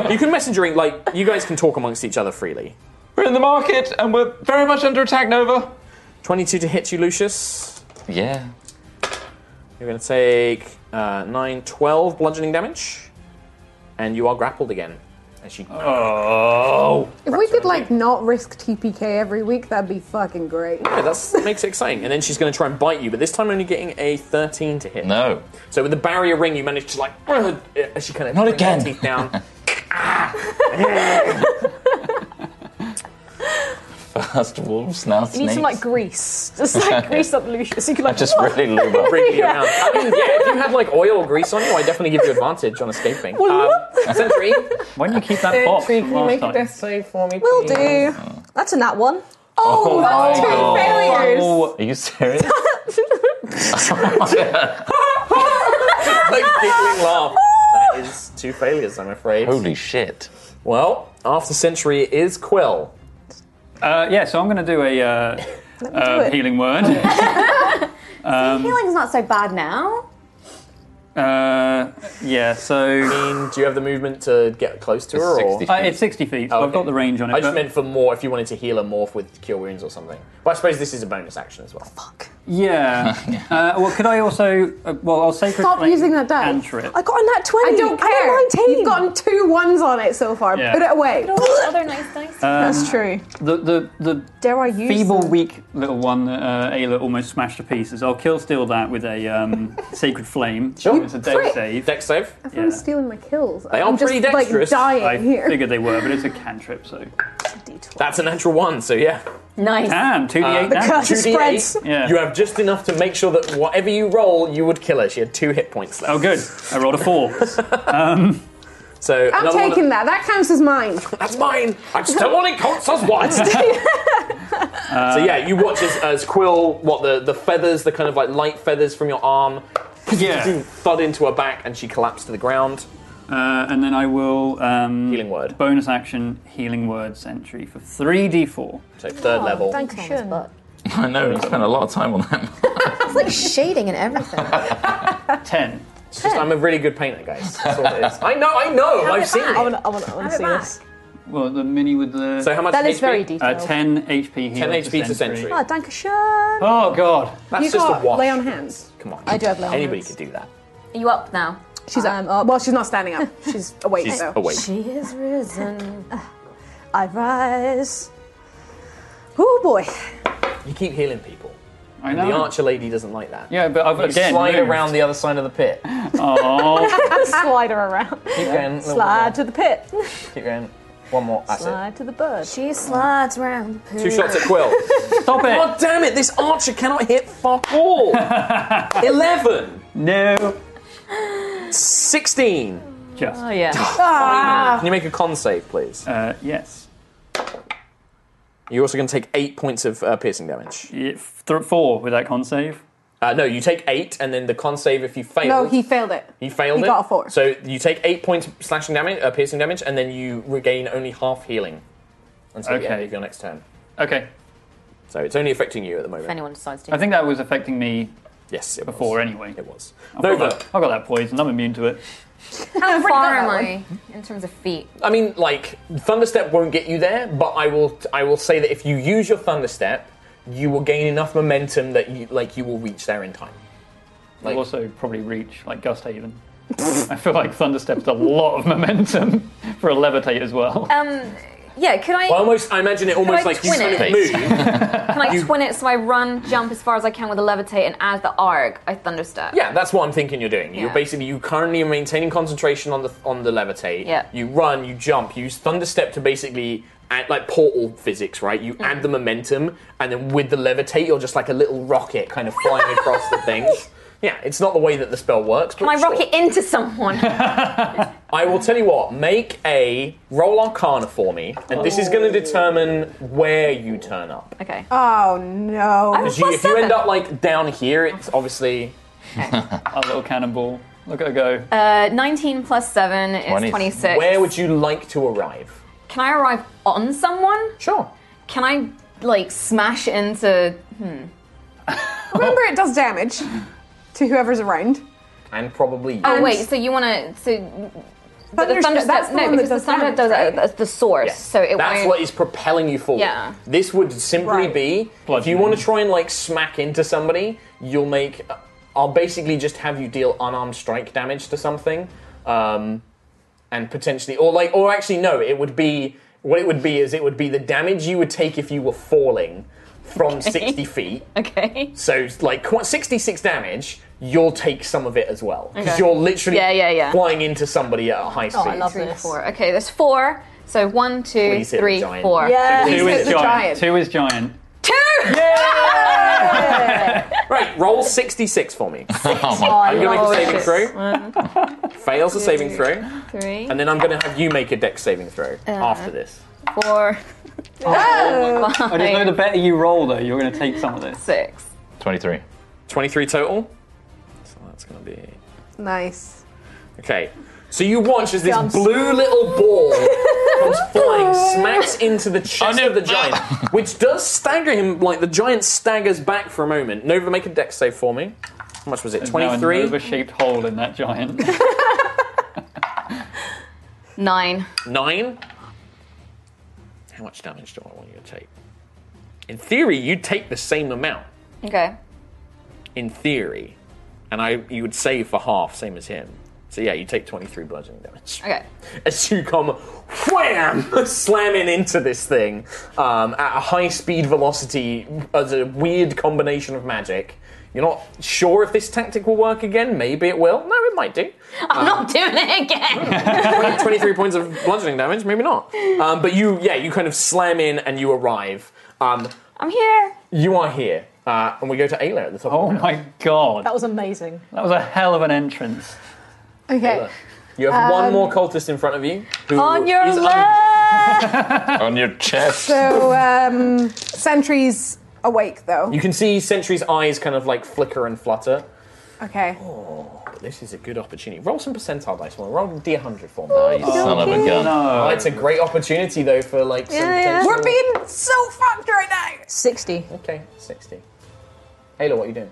Speaker 5: Body.
Speaker 10: you can messenger ring, like, you guys can talk amongst each other freely.
Speaker 13: We're in the market and we're very much under attack, Nova.
Speaker 10: 22 to hit you, Lucius.
Speaker 13: Yeah.
Speaker 10: You're going to take uh, 9, 12 bludgeoning damage, and you are grappled again. And she. Oh!
Speaker 12: If we could like not risk TPK every week, that'd be fucking great.
Speaker 10: Yeah, that's, that makes it exciting. And then she's going to try and bite you, but this time only getting a 13 to hit.
Speaker 13: No.
Speaker 10: So with the barrier ring, you manage to, like, as she kind of.
Speaker 13: Not
Speaker 10: bring her
Speaker 13: again.
Speaker 10: teeth down.
Speaker 13: First wolves, now
Speaker 14: You need
Speaker 13: snakes.
Speaker 14: some like grease, just like grease up Lucius. You can like
Speaker 13: I just really lube up.
Speaker 10: Bring you
Speaker 14: Yeah.
Speaker 10: around. I mean, yeah, if you had, like, oil or grease on you, I'd definitely give you advantage on escaping. Um, Sentry.
Speaker 5: Why don't you keep that box
Speaker 10: Sentry, can
Speaker 5: from
Speaker 10: you
Speaker 5: last
Speaker 10: make a
Speaker 5: time?
Speaker 10: death save for me?
Speaker 14: Will
Speaker 10: please?
Speaker 14: do. That's a nat one.
Speaker 13: Oh,
Speaker 14: that's
Speaker 13: my
Speaker 14: two
Speaker 13: God.
Speaker 14: failures.
Speaker 13: Oh, Are you serious?
Speaker 10: like giggling laugh. That is two failures, I'm afraid.
Speaker 13: Holy shit.
Speaker 10: Well, after Century is Quill.
Speaker 5: Uh, yeah, so I'm going to do a uh, uh,
Speaker 11: it.
Speaker 5: healing word. um,
Speaker 11: Healing's not so bad now.
Speaker 5: uh, yeah, so.
Speaker 10: I mean, do you have the movement to get close to her? Or?
Speaker 5: Uh, it's 60 feet, so I've got the range on it.
Speaker 10: I just
Speaker 5: but-
Speaker 10: meant for more if you wanted to heal a morph with Cure Wounds or something. But I suppose this is a bonus action as well. Fuck.
Speaker 5: Yeah. uh, well, could I also? Uh, well, I'll sacred
Speaker 12: Stop
Speaker 5: flame
Speaker 12: using that die.
Speaker 5: Enter it.
Speaker 12: got a nat 20. I don't
Speaker 14: I
Speaker 12: care.
Speaker 14: got 19.
Speaker 12: You've gotten two ones on it so far.
Speaker 5: Yeah. Um,
Speaker 12: Put it away.
Speaker 15: Other nice dice.
Speaker 12: That's true.
Speaker 5: The the the
Speaker 12: Dare I use
Speaker 5: feeble, weak little one that uh, Ayla almost smashed to pieces. I'll kill steal that with a um, sacred flame. Sure. It's a dead
Speaker 12: prick.
Speaker 5: save.
Speaker 10: Dex save.
Speaker 12: Everyone's stealing my kills.
Speaker 10: They are
Speaker 12: I'm just,
Speaker 10: pretty dexterous.
Speaker 12: Like, dying
Speaker 5: I
Speaker 12: here.
Speaker 5: figured they were, but it's a cantrip, so.
Speaker 10: That's a natural one, so yeah.
Speaker 11: Nice.
Speaker 5: Damn, 2d8
Speaker 10: Uh,
Speaker 5: damage.
Speaker 10: 2d8.
Speaker 5: Yeah.
Speaker 10: You have just enough to make sure that whatever you roll, you would kill her. She had two hit points left.
Speaker 5: Oh, good. I rolled a four. Um,
Speaker 10: So
Speaker 12: I'm
Speaker 10: another one
Speaker 12: taking that. That counts as mine.
Speaker 10: That's mine. I still only counts as one.
Speaker 5: Uh,
Speaker 10: so yeah, you watch as, as Quill, what the the feathers, the kind of like light feathers from your arm,
Speaker 5: Yeah.
Speaker 10: thud into her back, and she collapsed to the ground.
Speaker 5: Uh, and then I will. Um,
Speaker 10: Healing word.
Speaker 5: Bonus action, healing word sentry for 3d4.
Speaker 10: So third
Speaker 12: Oh,
Speaker 10: level.
Speaker 15: Thank you.
Speaker 13: I know, we spent a lot of time on that.
Speaker 11: It's like shading and everything.
Speaker 5: 10.
Speaker 10: It's just, I'm a really good painter, guys. That's all it is. I know, I know. I've seen
Speaker 14: I
Speaker 10: it.
Speaker 14: want. I want. I want to see this.
Speaker 5: Well, the mini with the.
Speaker 10: So how much?
Speaker 14: That
Speaker 10: HP?
Speaker 14: is very
Speaker 5: uh,
Speaker 14: detailed.
Speaker 5: 10 HP healing.
Speaker 10: 10 HP to sentry.
Speaker 14: Ah, Dankeschön.
Speaker 5: Oh, God.
Speaker 10: That's
Speaker 12: you
Speaker 10: just
Speaker 12: got
Speaker 10: a wash.
Speaker 12: lay on hands.
Speaker 10: Come on.
Speaker 14: I do have lay on
Speaker 10: Anybody
Speaker 14: hands.
Speaker 10: could do that.
Speaker 15: Are you up now?
Speaker 14: She's. I'm up.
Speaker 12: Um, uh, Well, she's not standing up. She's awake
Speaker 10: She's
Speaker 12: though.
Speaker 10: awake.
Speaker 11: she is risen.
Speaker 14: I rise. Oh boy.
Speaker 10: You keep healing people.
Speaker 5: I
Speaker 10: And
Speaker 5: know.
Speaker 10: The archer lady doesn't like that.
Speaker 5: Yeah, but I've
Speaker 10: You
Speaker 5: again
Speaker 10: slide
Speaker 5: moved.
Speaker 10: around the other side of the pit.
Speaker 5: Oh.
Speaker 12: Slide her around.
Speaker 10: Keep going. little
Speaker 12: Slide to the pit.
Speaker 10: bit. Keep going. One more. That's it.
Speaker 12: Slide to the bird.
Speaker 11: She slides round the pit.
Speaker 10: Two shots at Quill.
Speaker 5: Stop it.
Speaker 10: God damn it! This archer cannot hit fuck all. Eleven.
Speaker 5: No.
Speaker 10: Sixteen.
Speaker 5: Just.
Speaker 11: Oh, yeah.
Speaker 10: Can you make a con save, please?
Speaker 5: Uh, yes.
Speaker 10: You're also going to take eight points of uh, piercing damage.
Speaker 5: th- four with that con save.
Speaker 10: Uh, no, you take eight, and then the con save if you fail.
Speaker 12: No, he failed it.
Speaker 10: You failed
Speaker 12: he
Speaker 10: it.
Speaker 12: got a four.
Speaker 10: So you take eight points of slashing damage, uh, piercing damage, and then you regain only half healing until the end
Speaker 5: Okay.
Speaker 10: of your next turn.
Speaker 5: Okay.
Speaker 10: So it's only affecting you at the moment.
Speaker 15: If anyone decides to.
Speaker 5: I think that was affecting me
Speaker 10: yes, it
Speaker 5: before anyway.
Speaker 10: It was.
Speaker 5: I've
Speaker 10: Nova.
Speaker 5: got, that, I've got that poison. I'm immune to it.
Speaker 15: How
Speaker 12: pretty
Speaker 15: far
Speaker 12: good,
Speaker 15: am
Speaker 12: that
Speaker 15: I in terms of feet?
Speaker 10: I mean, like thunderstep won't get you there, but I will. I will say that if you use your thunderstep, you will gain enough momentum that you like you will reach there in time.
Speaker 5: I'll also probably reach like Gust Haven. I feel like Thunderstep's a lot of momentum for a levitate as well.
Speaker 15: Um, yeah, could I?
Speaker 10: Well, almost. I imagine it almost
Speaker 15: Can I
Speaker 10: like you
Speaker 15: twin
Speaker 10: kind of
Speaker 15: it?
Speaker 10: move.
Speaker 15: Can I twin it so I run, jump as far as I can with a levitate, and as the arc, I thunderstep?
Speaker 10: Yeah, that's what I'm thinking. You're doing. You're
Speaker 15: Yeah.
Speaker 10: basically you currently are maintaining concentration on the on the levitate.
Speaker 15: Yeah.
Speaker 10: You run, you jump, you use thunderstep to basically add, like portal physics, right? You add the momentum, and then with the levitate, you're just like a little rocket kind of flying across the thing. Yeah, it's not the way that the spell works. But
Speaker 15: Can I
Speaker 10: sure.
Speaker 15: rocket into someone?
Speaker 10: I will tell you what, make a roll arcana for me, and this is going to determine where you turn up.
Speaker 15: okay.
Speaker 12: Oh no.
Speaker 10: Because you, if you end up like down here, it's obviously
Speaker 5: a little cannonball. Look at her go.
Speaker 15: Uh, 19 plus 7 is 26.
Speaker 10: Where would you like to arrive?
Speaker 15: Can I arrive on someone?
Speaker 10: Sure.
Speaker 15: Can I, like, smash into. Hmm.
Speaker 12: Remember, it does damage to whoever's around.
Speaker 10: And probably.
Speaker 15: Oh,
Speaker 10: yes.
Speaker 15: wait, so you want to. So, but the
Speaker 12: Thunderstep-
Speaker 15: thunderstep.
Speaker 12: that's the
Speaker 15: no,
Speaker 12: one that
Speaker 15: because
Speaker 12: does
Speaker 15: the thunderstep
Speaker 12: damage,
Speaker 15: does
Speaker 12: right?
Speaker 15: it at the source, so it
Speaker 10: That's
Speaker 15: won't.
Speaker 10: what is propelling you forward.
Speaker 15: Yeah.
Speaker 10: This would simply
Speaker 15: Right.
Speaker 10: be if you want to try and like smack into somebody, you'll make. I'll basically just have you deal unarmed strike damage to something, um, and potentially, or like, or actually, no. It would be what it would be is it would be the damage you would take if you were falling from sixty feet.
Speaker 15: Okay.
Speaker 10: So like qu- sixty-six damage, you'll take some of it as well because
Speaker 15: Okay.
Speaker 10: you're literally
Speaker 15: Yeah, yeah, yeah.
Speaker 10: flying into somebody at a high speed.
Speaker 15: Oh, I love this. Four. Okay, there's four. So one, two,
Speaker 10: Please hit the
Speaker 15: three,
Speaker 10: giant.
Speaker 15: four.
Speaker 12: Yeah,
Speaker 5: Two is giant. Two is giant.
Speaker 15: Two!
Speaker 10: Right, roll 66 for me.
Speaker 15: my
Speaker 10: I'm going to
Speaker 12: Oh,
Speaker 15: lord.
Speaker 10: make a saving throw.
Speaker 15: One,
Speaker 10: Fails the saving throw.
Speaker 15: three,
Speaker 10: And then I'm going to have you make a dex saving throw
Speaker 15: Uh.
Speaker 10: after this.
Speaker 15: four,
Speaker 5: I just know the better you roll, though, you're going to take some of this.
Speaker 15: six.
Speaker 13: 23.
Speaker 10: 23 total. So that's going to be.
Speaker 12: Nice.
Speaker 10: Okay. So you watch as this blue little ball comes flying, smacks into the chest of the giant, which does stagger him. Like the giant staggers back for a moment. Nova, make a dex save for me. How much was it?
Speaker 5: There's now a
Speaker 10: 23?
Speaker 5: Nova-shaped hole in that giant.
Speaker 15: Nine.
Speaker 10: Nine. How much damage do I want you to take? In theory, you'd take the same amount.
Speaker 15: Okay.
Speaker 10: In theory. And I you would save for half, same as him. So yeah, you take 23 bludgeoning damage.
Speaker 15: Okay.
Speaker 10: As you come wham slamming into this thing um, at a high speed velocity as a weird combination of magic. You're not sure if this tactic will work again. Maybe it will. No, it might do.
Speaker 15: I'm not doing it again.
Speaker 10: 20 23 points of bludgeoning damage, maybe not. Um, but you, yeah, you kind of slam in and you arrive. Um,
Speaker 15: I'm here.
Speaker 10: you are here, uh, and we go to Ayla at the top.
Speaker 5: oh my god.
Speaker 14: That was amazing.
Speaker 5: That was a hell of an entrance.
Speaker 12: Okay.
Speaker 10: You have one
Speaker 12: Um,
Speaker 10: more cultist in front of you. Who
Speaker 12: On your
Speaker 10: is un-
Speaker 12: left.
Speaker 13: On your chest.
Speaker 12: so, um, sentry's awake though.
Speaker 10: you can see Sentry's eyes kind of like flicker and flutter.
Speaker 12: Okay.
Speaker 10: But this is a good opportunity. Roll some percentile dice for me. Roll D100 for me.
Speaker 13: Oh, you son of a gun.
Speaker 10: Oh, it's a great opportunity though for like some potential-
Speaker 12: We're being so fucked right now.
Speaker 14: 60.
Speaker 10: Okay, 60. Ayla, what are you doing?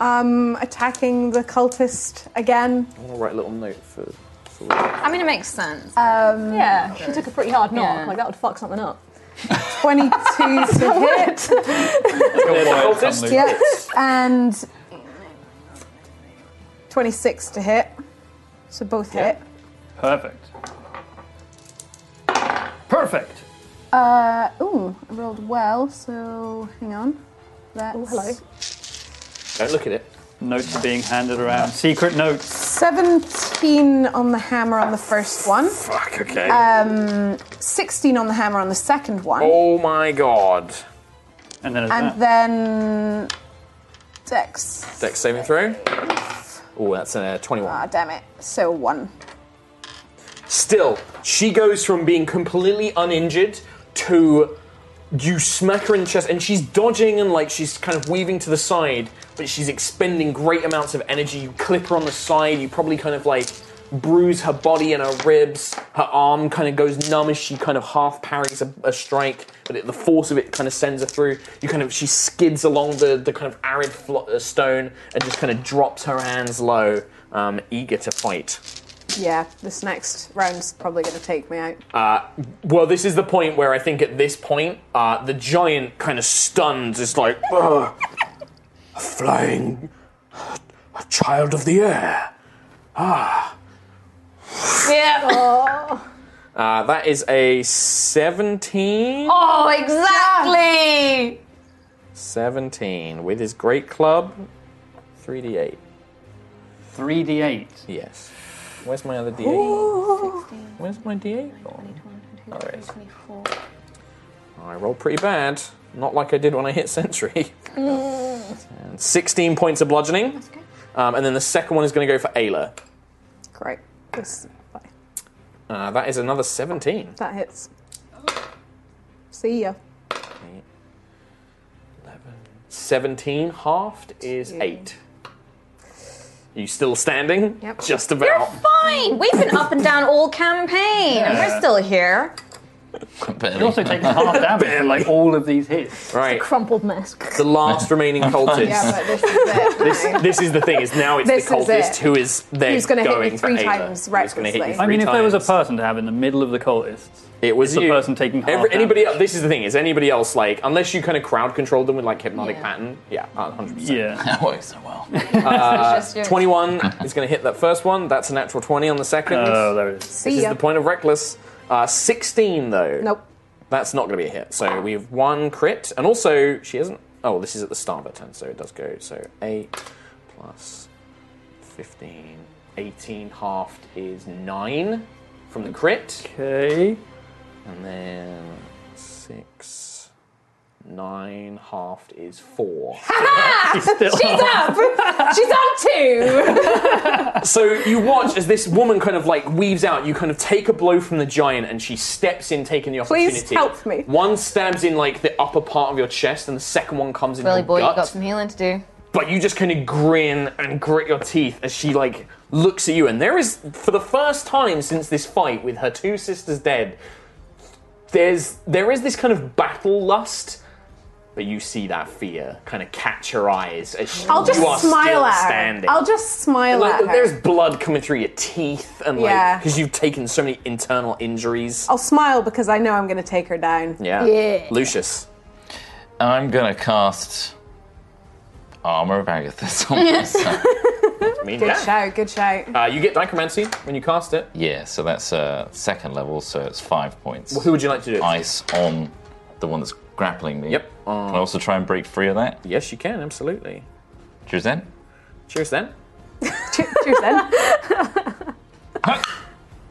Speaker 12: Um, attacking the cultist again.
Speaker 10: I'm gonna write a little note for. for
Speaker 15: I mean, it makes sense.
Speaker 12: Um,
Speaker 14: Yeah, she took a pretty hard knock.
Speaker 15: Yeah.
Speaker 14: Like, that would fuck something up.
Speaker 12: 22 to hit.
Speaker 10: There's a
Speaker 5: wild,
Speaker 10: cultist.
Speaker 5: Sam Luke.
Speaker 12: Yep. And 26 to hit. So both hit.
Speaker 5: Perfect. Perfect.
Speaker 12: Uh, ooh, I rolled well, so hang on. That's
Speaker 14: hello.
Speaker 10: Don't look at it.
Speaker 5: Notes are being handed around. Secret notes.
Speaker 12: 17 on the hammer on the first one.
Speaker 10: Fuck, okay.
Speaker 12: Um, 16 on the hammer on the second one.
Speaker 10: oh my god.
Speaker 5: And then
Speaker 12: and then. Dex.
Speaker 10: Dex saving throw. Oh, that's a 21.
Speaker 12: Ah, damn it. So one.
Speaker 10: Still, she goes from being completely uninjured to you smack her in the chest, and she's dodging and like she's kind of weaving to the side, but she's expending great amounts of energy. You clip her on the side, you probably kind of like bruise her body and her ribs. Her arm kind of goes numb as she kind of half parries a, a strike, but it, the force of it kind of sends her through. You kind of she skids along the, the kind of arid flo- uh, stone and just kind of drops her hands low, um, eager to fight.
Speaker 12: Yeah, this next round's probably going to take me out.
Speaker 10: Uh, well, this is the point where I think at this point, uh, the giant kind of stuns. It's like, "Ugh,
Speaker 16: A flying. a child of the air.
Speaker 10: ah.
Speaker 12: Yeah. Oh,
Speaker 10: Uh, that is a 17.
Speaker 12: oh
Speaker 15: exactly.
Speaker 10: 17 with his great club. 3d8.
Speaker 5: 3d8?
Speaker 10: Yes. Where's my other d8? Where's my d8? Alright. I rolled pretty bad. Not like I did when I hit Sentry. And 16 points of bludgeoning. Um, and then the second one is going to go for Ayla.
Speaker 12: Great. This,
Speaker 10: Uh, that is another 17.
Speaker 12: that hits. See ya.
Speaker 10: 17 halved is 8. Are you still standing?
Speaker 15: Yep.
Speaker 10: Just about.
Speaker 15: Fine. We've been up and down all campaign, and
Speaker 5: Yeah.
Speaker 15: we're still here.
Speaker 5: He also takes half damage from like all of these hits.
Speaker 10: Right.
Speaker 14: Crumpled mess.
Speaker 10: The last remaining cultist. this, this is the thing. Is now it's
Speaker 12: This
Speaker 10: the
Speaker 12: is
Speaker 10: cultist
Speaker 12: it.
Speaker 10: who is there
Speaker 12: Who's gonna hit me
Speaker 10: going for
Speaker 12: three
Speaker 10: Ayla.
Speaker 12: times
Speaker 10: Who's gonna hit you
Speaker 12: recklessly.
Speaker 5: I
Speaker 10: three
Speaker 5: mean, if there was a
Speaker 10: times.
Speaker 5: person to have in the middle of the cultists,
Speaker 10: It was
Speaker 5: it's the
Speaker 10: you.
Speaker 5: person taking half
Speaker 10: Every,
Speaker 5: damage.
Speaker 10: anybody else, this is the thing. Is anybody else like unless you kind of crowd controlled them with like hypnotic
Speaker 5: Yeah.
Speaker 10: pattern? Yeah, hundred percent.
Speaker 5: Yeah,
Speaker 13: that works so well.
Speaker 10: Uh,
Speaker 13: It's just you.
Speaker 10: Twenty-one is going to hit that first one. That's a natural twenty on the second.
Speaker 5: Oh, there it is.
Speaker 10: This
Speaker 12: See
Speaker 10: is
Speaker 12: ya.
Speaker 10: the point of reckless. Uh, Sixteen though.
Speaker 12: Nope.
Speaker 10: That's not going to be a hit. So we have one crit, and also she hasn't. Oh, this is at the start of her turn, so it does go. So eight plus 15, 18 halved is nine from the crit.
Speaker 5: Okay.
Speaker 10: And then six, nine halved is four.
Speaker 12: She's, up. She's up two.
Speaker 10: so you watch as this woman kind of like weaves out. You kind of take a blow from the giant, and she steps in, taking the opportunity.
Speaker 12: Please help me.
Speaker 10: One stabs in like the upper part of your chest, and the second one comes in
Speaker 15: Billy
Speaker 10: your
Speaker 15: boy,
Speaker 10: gut.
Speaker 15: you've got some healing to do.
Speaker 10: But you just kind of grin and grit your teeth as she like looks at you, and there is, for the first time since this fight with her two sisters dead, there's there is this kind of battle lust, but you see that fear kind of catch her eyes as she,
Speaker 12: I'll just
Speaker 10: you are
Speaker 12: smile
Speaker 10: still
Speaker 12: at her.
Speaker 10: standing.
Speaker 12: I'll just smile
Speaker 10: like,
Speaker 12: at her.
Speaker 10: There's blood coming through your teeth, and
Speaker 12: Yeah. Oh,
Speaker 10: like because you've taken so many internal injuries.
Speaker 12: I'll smile because I know I'm going to take her down.
Speaker 13: Yeah.
Speaker 10: Lucius.
Speaker 13: I'm gonna cast Armor of Agathis on myself.
Speaker 10: I mean,
Speaker 12: Good
Speaker 10: yeah.
Speaker 12: shout. Good shout.
Speaker 10: Uh, you get dichromancy when you cast it.
Speaker 13: Yeah, so that's uh, second level, so it's five points.
Speaker 10: Well, who would you like to do it? Uh,
Speaker 13: Ice on the one that's grappling me. Yep. can I also try and break free of that?
Speaker 10: Yes, you can, absolutely.
Speaker 13: Cheers then.
Speaker 10: Cheers then.
Speaker 12: Cheers then.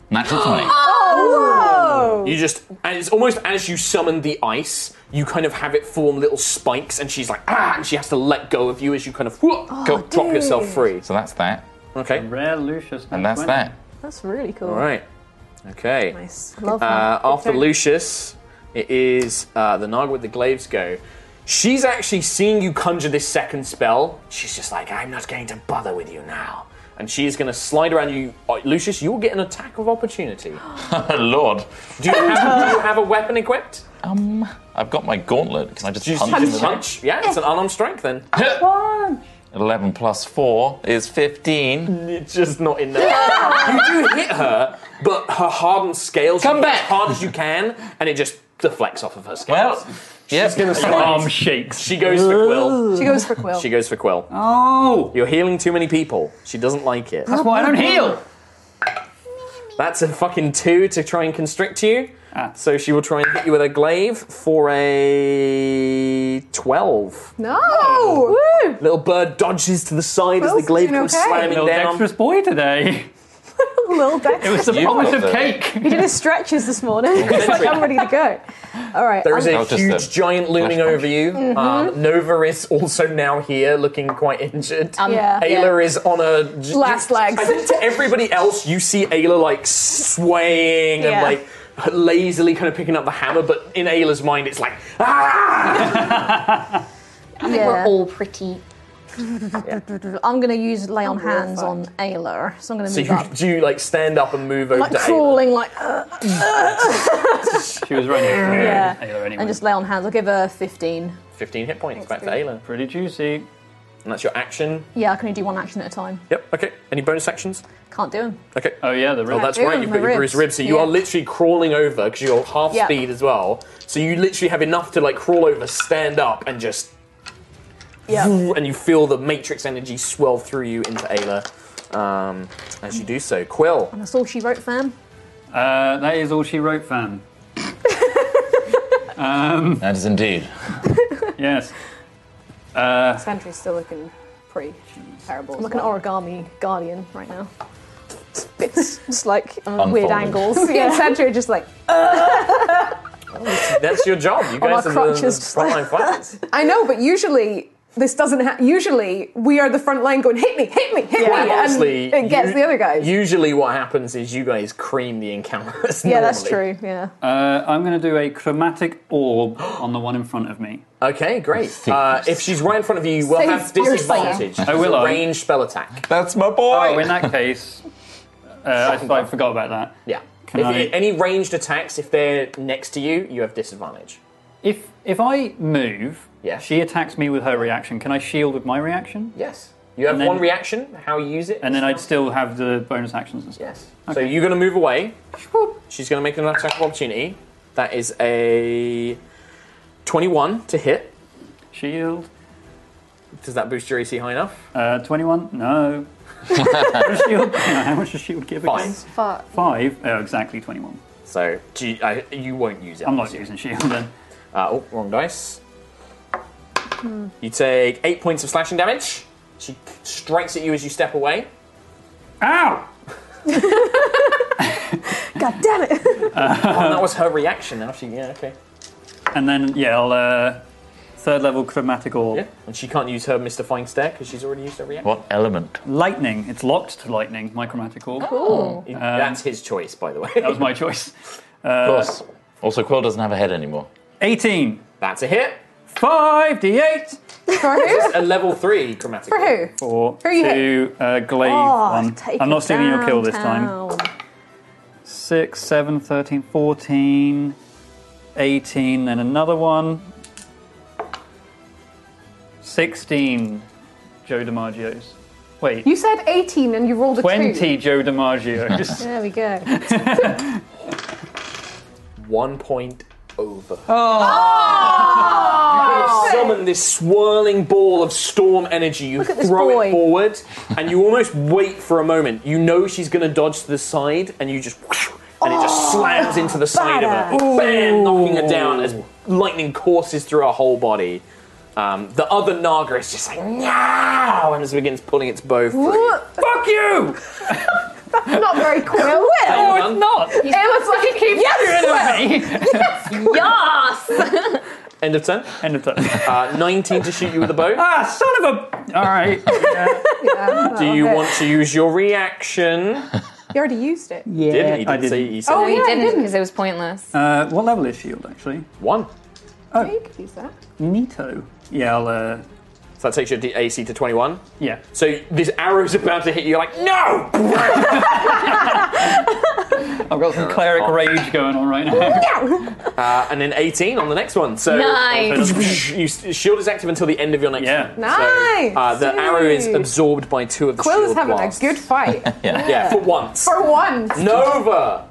Speaker 13: Natural 20.
Speaker 12: Oh,
Speaker 10: You just, and it's almost as you summon the ice, you kind of have it form little spikes, and she's like, ah, and she has to let go of you as you kind of whoop,
Speaker 12: Oh,
Speaker 10: go, drop yourself free.
Speaker 13: So that's that.
Speaker 10: Okay.
Speaker 5: Rare Lucius.
Speaker 13: And that's that.
Speaker 14: That's really cool.
Speaker 10: All right. Okay.
Speaker 14: Nice.
Speaker 10: Uh,
Speaker 14: Love that.
Speaker 10: after
Speaker 14: Okay.
Speaker 10: Lucius, it is uh, the Narg with the glaives go. She's actually seeing you conjure this second spell. She's just like, I'm not going to bother with you now. And she is going to slide around you. Uh, Lucius, you will get an attack of opportunity.
Speaker 13: Oh, Lord.
Speaker 10: Do you have, do you have a weapon equipped?
Speaker 13: Um, I've got my gauntlet. Can I just
Speaker 10: Do you
Speaker 13: punch
Speaker 10: punch?
Speaker 13: him with it?
Speaker 10: punch? Yeah, it's an unarmed strike then.
Speaker 13: 11 plus 4 is 15.
Speaker 10: It's just not enough. you do hit her, but her hardened scales come back as hard as you can, and it just deflects off of her scales. Well, she's going to
Speaker 5: Her arm shakes.
Speaker 10: She goes for Quill.
Speaker 12: She goes for Quill.
Speaker 10: She goes for Quill. Oh! You're healing too many people. She doesn't like it.
Speaker 5: That's why I don't heal.
Speaker 10: That's a fucking two to try and
Speaker 5: Ah.
Speaker 10: constrict you. So she will try and hit you with a glaive for a 12.
Speaker 12: No! Woo!
Speaker 10: Little bird dodges to the side as
Speaker 12: Will's
Speaker 10: the glaive
Speaker 12: doing
Speaker 10: comes
Speaker 12: okay.
Speaker 10: slamming
Speaker 12: Little
Speaker 10: down.
Speaker 5: dexterous boy today.
Speaker 12: Little Dex.
Speaker 5: It was the promise of cake.
Speaker 14: He did his stretches this morning. He's like, I'm ready to go. All right.
Speaker 10: There is
Speaker 5: Oh.
Speaker 14: I'm-
Speaker 10: a huge giant looming over you.
Speaker 14: Mhm.
Speaker 10: Um, Nova is also now here, looking quite injured.
Speaker 14: Um, Yeah.
Speaker 10: Ayla is on a j-
Speaker 12: Last legs.
Speaker 10: I think to everybody else, you see Ayla like swaying
Speaker 12: Yeah.
Speaker 10: and like lazily kind of picking up the hammer, but in Ayla's mind, it's like ah.
Speaker 14: I think we're
Speaker 15: all pretty.
Speaker 14: I'm going to use lay on hands on Ayla. So I'm going to
Speaker 10: So
Speaker 14: move
Speaker 10: you,
Speaker 14: up.
Speaker 10: do you like stand up and move over
Speaker 14: Like
Speaker 10: to Ayla?
Speaker 14: crawling, like. uh,
Speaker 5: She was running.
Speaker 14: yeah.
Speaker 5: Ayla anyway.
Speaker 14: And just lay on hands. I'll give her 15.
Speaker 10: 15 hit points back to Ayla.
Speaker 5: Pretty juicy. And
Speaker 10: that's your action.
Speaker 14: Yeah, I can only do one action at a time.
Speaker 10: Yep. Okay. Any bonus actions?
Speaker 14: Can't do them.
Speaker 10: Okay.
Speaker 5: Oh yeah, the
Speaker 10: Oh,
Speaker 14: ribs.
Speaker 10: that's right. You've
Speaker 14: Ooh,
Speaker 10: got
Speaker 14: my
Speaker 10: your bruised ribs, so you
Speaker 14: Yeah.
Speaker 10: are literally crawling over because you're half
Speaker 14: Yeah.
Speaker 10: speed as well. So you literally have enough to like crawl over, stand up, and just
Speaker 14: Yeah.
Speaker 10: and you feel the matrix energy swell through you into Ayla um, as you do so. Quill.
Speaker 14: And that's all she wrote, fam.
Speaker 5: Uh, that is all she wrote, fam. um,
Speaker 13: that is indeed.
Speaker 5: yes. Uh,
Speaker 12: Sentry's still looking pretty terrible.
Speaker 14: I'm
Speaker 12: as
Speaker 14: like an
Speaker 12: well.
Speaker 14: origami guardian right now. It's just like uh,
Speaker 10: Unfolding.
Speaker 14: weird angles.
Speaker 12: Yeah.
Speaker 14: Yeah, Sentry just like.
Speaker 10: That's your job. You
Speaker 12: On
Speaker 10: guys are the-
Speaker 12: our
Speaker 10: the
Speaker 12: crutches, just like-
Speaker 10: frontline fighters.
Speaker 12: I know, but usually this doesn't happen. Usually we are the front line going, hit me, hit me, hit me.
Speaker 10: Honestly,
Speaker 12: and it gets
Speaker 10: you-
Speaker 12: the other guys.
Speaker 10: Usually, what happens is you guys cream the encounters.
Speaker 12: Yeah, that's
Speaker 10: normally.
Speaker 14: true. Yeah.
Speaker 5: uh, I'm going to do a chromatic orb on the one in front of me.
Speaker 10: Okay, great. Uh, if she's right in front of you, you will
Speaker 5: Save
Speaker 10: have
Speaker 5: yourself.
Speaker 10: disadvantage.
Speaker 5: Oh, will
Speaker 10: It's a
Speaker 5: I?
Speaker 10: Range spell attack.
Speaker 13: That's my boy.
Speaker 5: Oh, in that case, uh, I, I forgot about that.
Speaker 10: Yeah.
Speaker 5: Can
Speaker 10: If,
Speaker 5: I-
Speaker 10: Any ranged attacks, if they're next to you, you have disadvantage.
Speaker 5: If if I move, she attacks me with her reaction. Can I shield with my reaction?
Speaker 10: Yes. You have
Speaker 5: And then-
Speaker 10: one reaction, how you use it.
Speaker 5: And then I'd still have the bonus actions and stuff.
Speaker 10: Yes. So you're going to move away. She's going to make an attack of opportunity. That is a 21 to hit.
Speaker 5: Shield.
Speaker 10: Does that boost your AC high enough?
Speaker 5: Uh, 21? No. What does shield- how much does shield give again?
Speaker 10: Five.
Speaker 5: Five? Oh, exactly 21.
Speaker 10: So do you, I, you won't use it.
Speaker 5: I'm not using shield then.
Speaker 10: Uh, oh, wrong dice. You take eight points of slashing damage. She strikes at you as you step away.
Speaker 5: Ow!
Speaker 14: God damn it!
Speaker 10: Oh, that was her reaction. Now she, yeah, okay.
Speaker 5: And then, yeah, I'll uh, third level chromatic orb.
Speaker 10: Yeah. And she can't use her mystifying stare because she's already used her reaction.
Speaker 5: What element? Lightning. It's locked to lightning, my chromatic orb.
Speaker 10: Cool.
Speaker 15: Oh.
Speaker 10: That's his choice, by the way.
Speaker 5: um, That was my choice. Uh,
Speaker 13: Of course. Also, Quill doesn't have a head anymore.
Speaker 5: 18.
Speaker 10: That's a hit.
Speaker 5: 5d8.
Speaker 12: For who?
Speaker 10: a level three chromatic.
Speaker 12: For who?
Speaker 5: Four,
Speaker 12: Who you
Speaker 5: two, uh, glaive
Speaker 12: Oh,
Speaker 5: one.
Speaker 12: take
Speaker 5: I'm
Speaker 12: it
Speaker 5: not stealing your kill this time.
Speaker 12: downtown.
Speaker 5: Six, seven, 13, 14, 18, then another one. 16 Joe DiMaggio's. Wait,
Speaker 12: You said 18 and you rolled a
Speaker 5: 20 Joe
Speaker 12: two.
Speaker 5: DiMaggio's.
Speaker 12: There we go.
Speaker 10: One point over.
Speaker 12: Oh!
Speaker 10: Summon this swirling ball of storm energy. You
Speaker 12: Look at this
Speaker 10: throw
Speaker 12: boy.
Speaker 10: it forward, and you almost wait for a moment. You know she's going to dodge to the side, and you just. And it
Speaker 12: Oh,
Speaker 10: just slams into the side of her.
Speaker 5: badass.
Speaker 10: Bam! Knocking her down as lightning courses through her whole body. Um, the other Naga is just like, now! And as it begins pulling its bow
Speaker 15: Oh!
Speaker 10: free. Fuck you!
Speaker 12: not very quick. No,
Speaker 10: No, it's
Speaker 5: not.
Speaker 12: It was like he keeps
Speaker 15: yes!
Speaker 10: End of turn.
Speaker 5: End of turn.
Speaker 10: Uh, 19 to shoot you with a bow.
Speaker 5: ah, son of a. All right.
Speaker 10: Do you want to use your reaction?
Speaker 12: You already used it.
Speaker 5: Yeah,
Speaker 10: Didn't he?
Speaker 5: I
Speaker 10: Didn't say
Speaker 5: didn't.
Speaker 10: he said
Speaker 12: Oh,
Speaker 15: no,
Speaker 12: yeah,
Speaker 15: you
Speaker 12: I
Speaker 15: didn't
Speaker 12: didn't.
Speaker 15: because it was pointless.
Speaker 5: Uh, what level is shield, actually?
Speaker 10: One.
Speaker 5: Oh.
Speaker 12: Yeah, you could use that.
Speaker 5: Neato. Yeah, I'll. Uh,
Speaker 10: So that takes your D- AC to 21.
Speaker 5: yeah.
Speaker 10: So this arrow's about to hit you. You're like, no!
Speaker 5: I've got some cleric
Speaker 10: Oh.
Speaker 5: rage going on right now.
Speaker 10: Uh, and then 18 on the next one. So
Speaker 15: Nice.
Speaker 10: you, shield is active until the end of your next
Speaker 5: Yeah.
Speaker 10: turn.
Speaker 12: Nice.
Speaker 10: Uh, the arrow is
Speaker 12: Dude.
Speaker 10: absorbed by two of the
Speaker 12: Quill is
Speaker 10: shield
Speaker 12: having
Speaker 10: blasts.
Speaker 12: a good fight.
Speaker 13: Yeah.
Speaker 10: Yeah, for once.
Speaker 12: For once.
Speaker 10: Nova!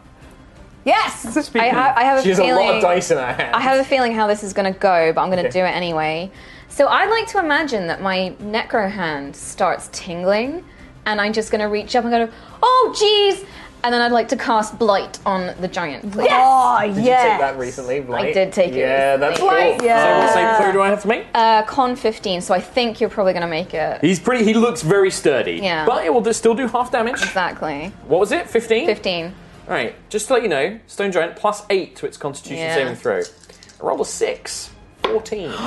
Speaker 15: Yes! I, ha- I have a
Speaker 10: She has a
Speaker 15: feeling.
Speaker 10: lot of dice in her hand.
Speaker 15: I have a feeling how this is going to go, but I'm going to
Speaker 10: Okay.
Speaker 15: do it anyway. So I'd like to imagine that my necro hand starts tingling, and I'm just going to reach up and go, "Oh, geez!"
Speaker 9: And then I'd like to cast Blight on the giant. Please.
Speaker 10: Oh, Did you take that recently, Blight?
Speaker 9: I did take it
Speaker 10: Yeah, that's cool.
Speaker 9: recently.
Speaker 10: So
Speaker 9: Yeah.
Speaker 10: what save throw do I have to make?
Speaker 9: Uh, con 15, so I think you're probably going to make it.
Speaker 10: He's pretty. He looks very sturdy.
Speaker 9: Yeah.
Speaker 10: But it will just still do half damage.
Speaker 9: Exactly.
Speaker 10: What was it? Fifteen.
Speaker 9: 15.
Speaker 10: All right. Just to let you know, stone giant plus eight to its Constitution
Speaker 9: Yeah.
Speaker 10: saving throw. I rolled a six. Fourteen.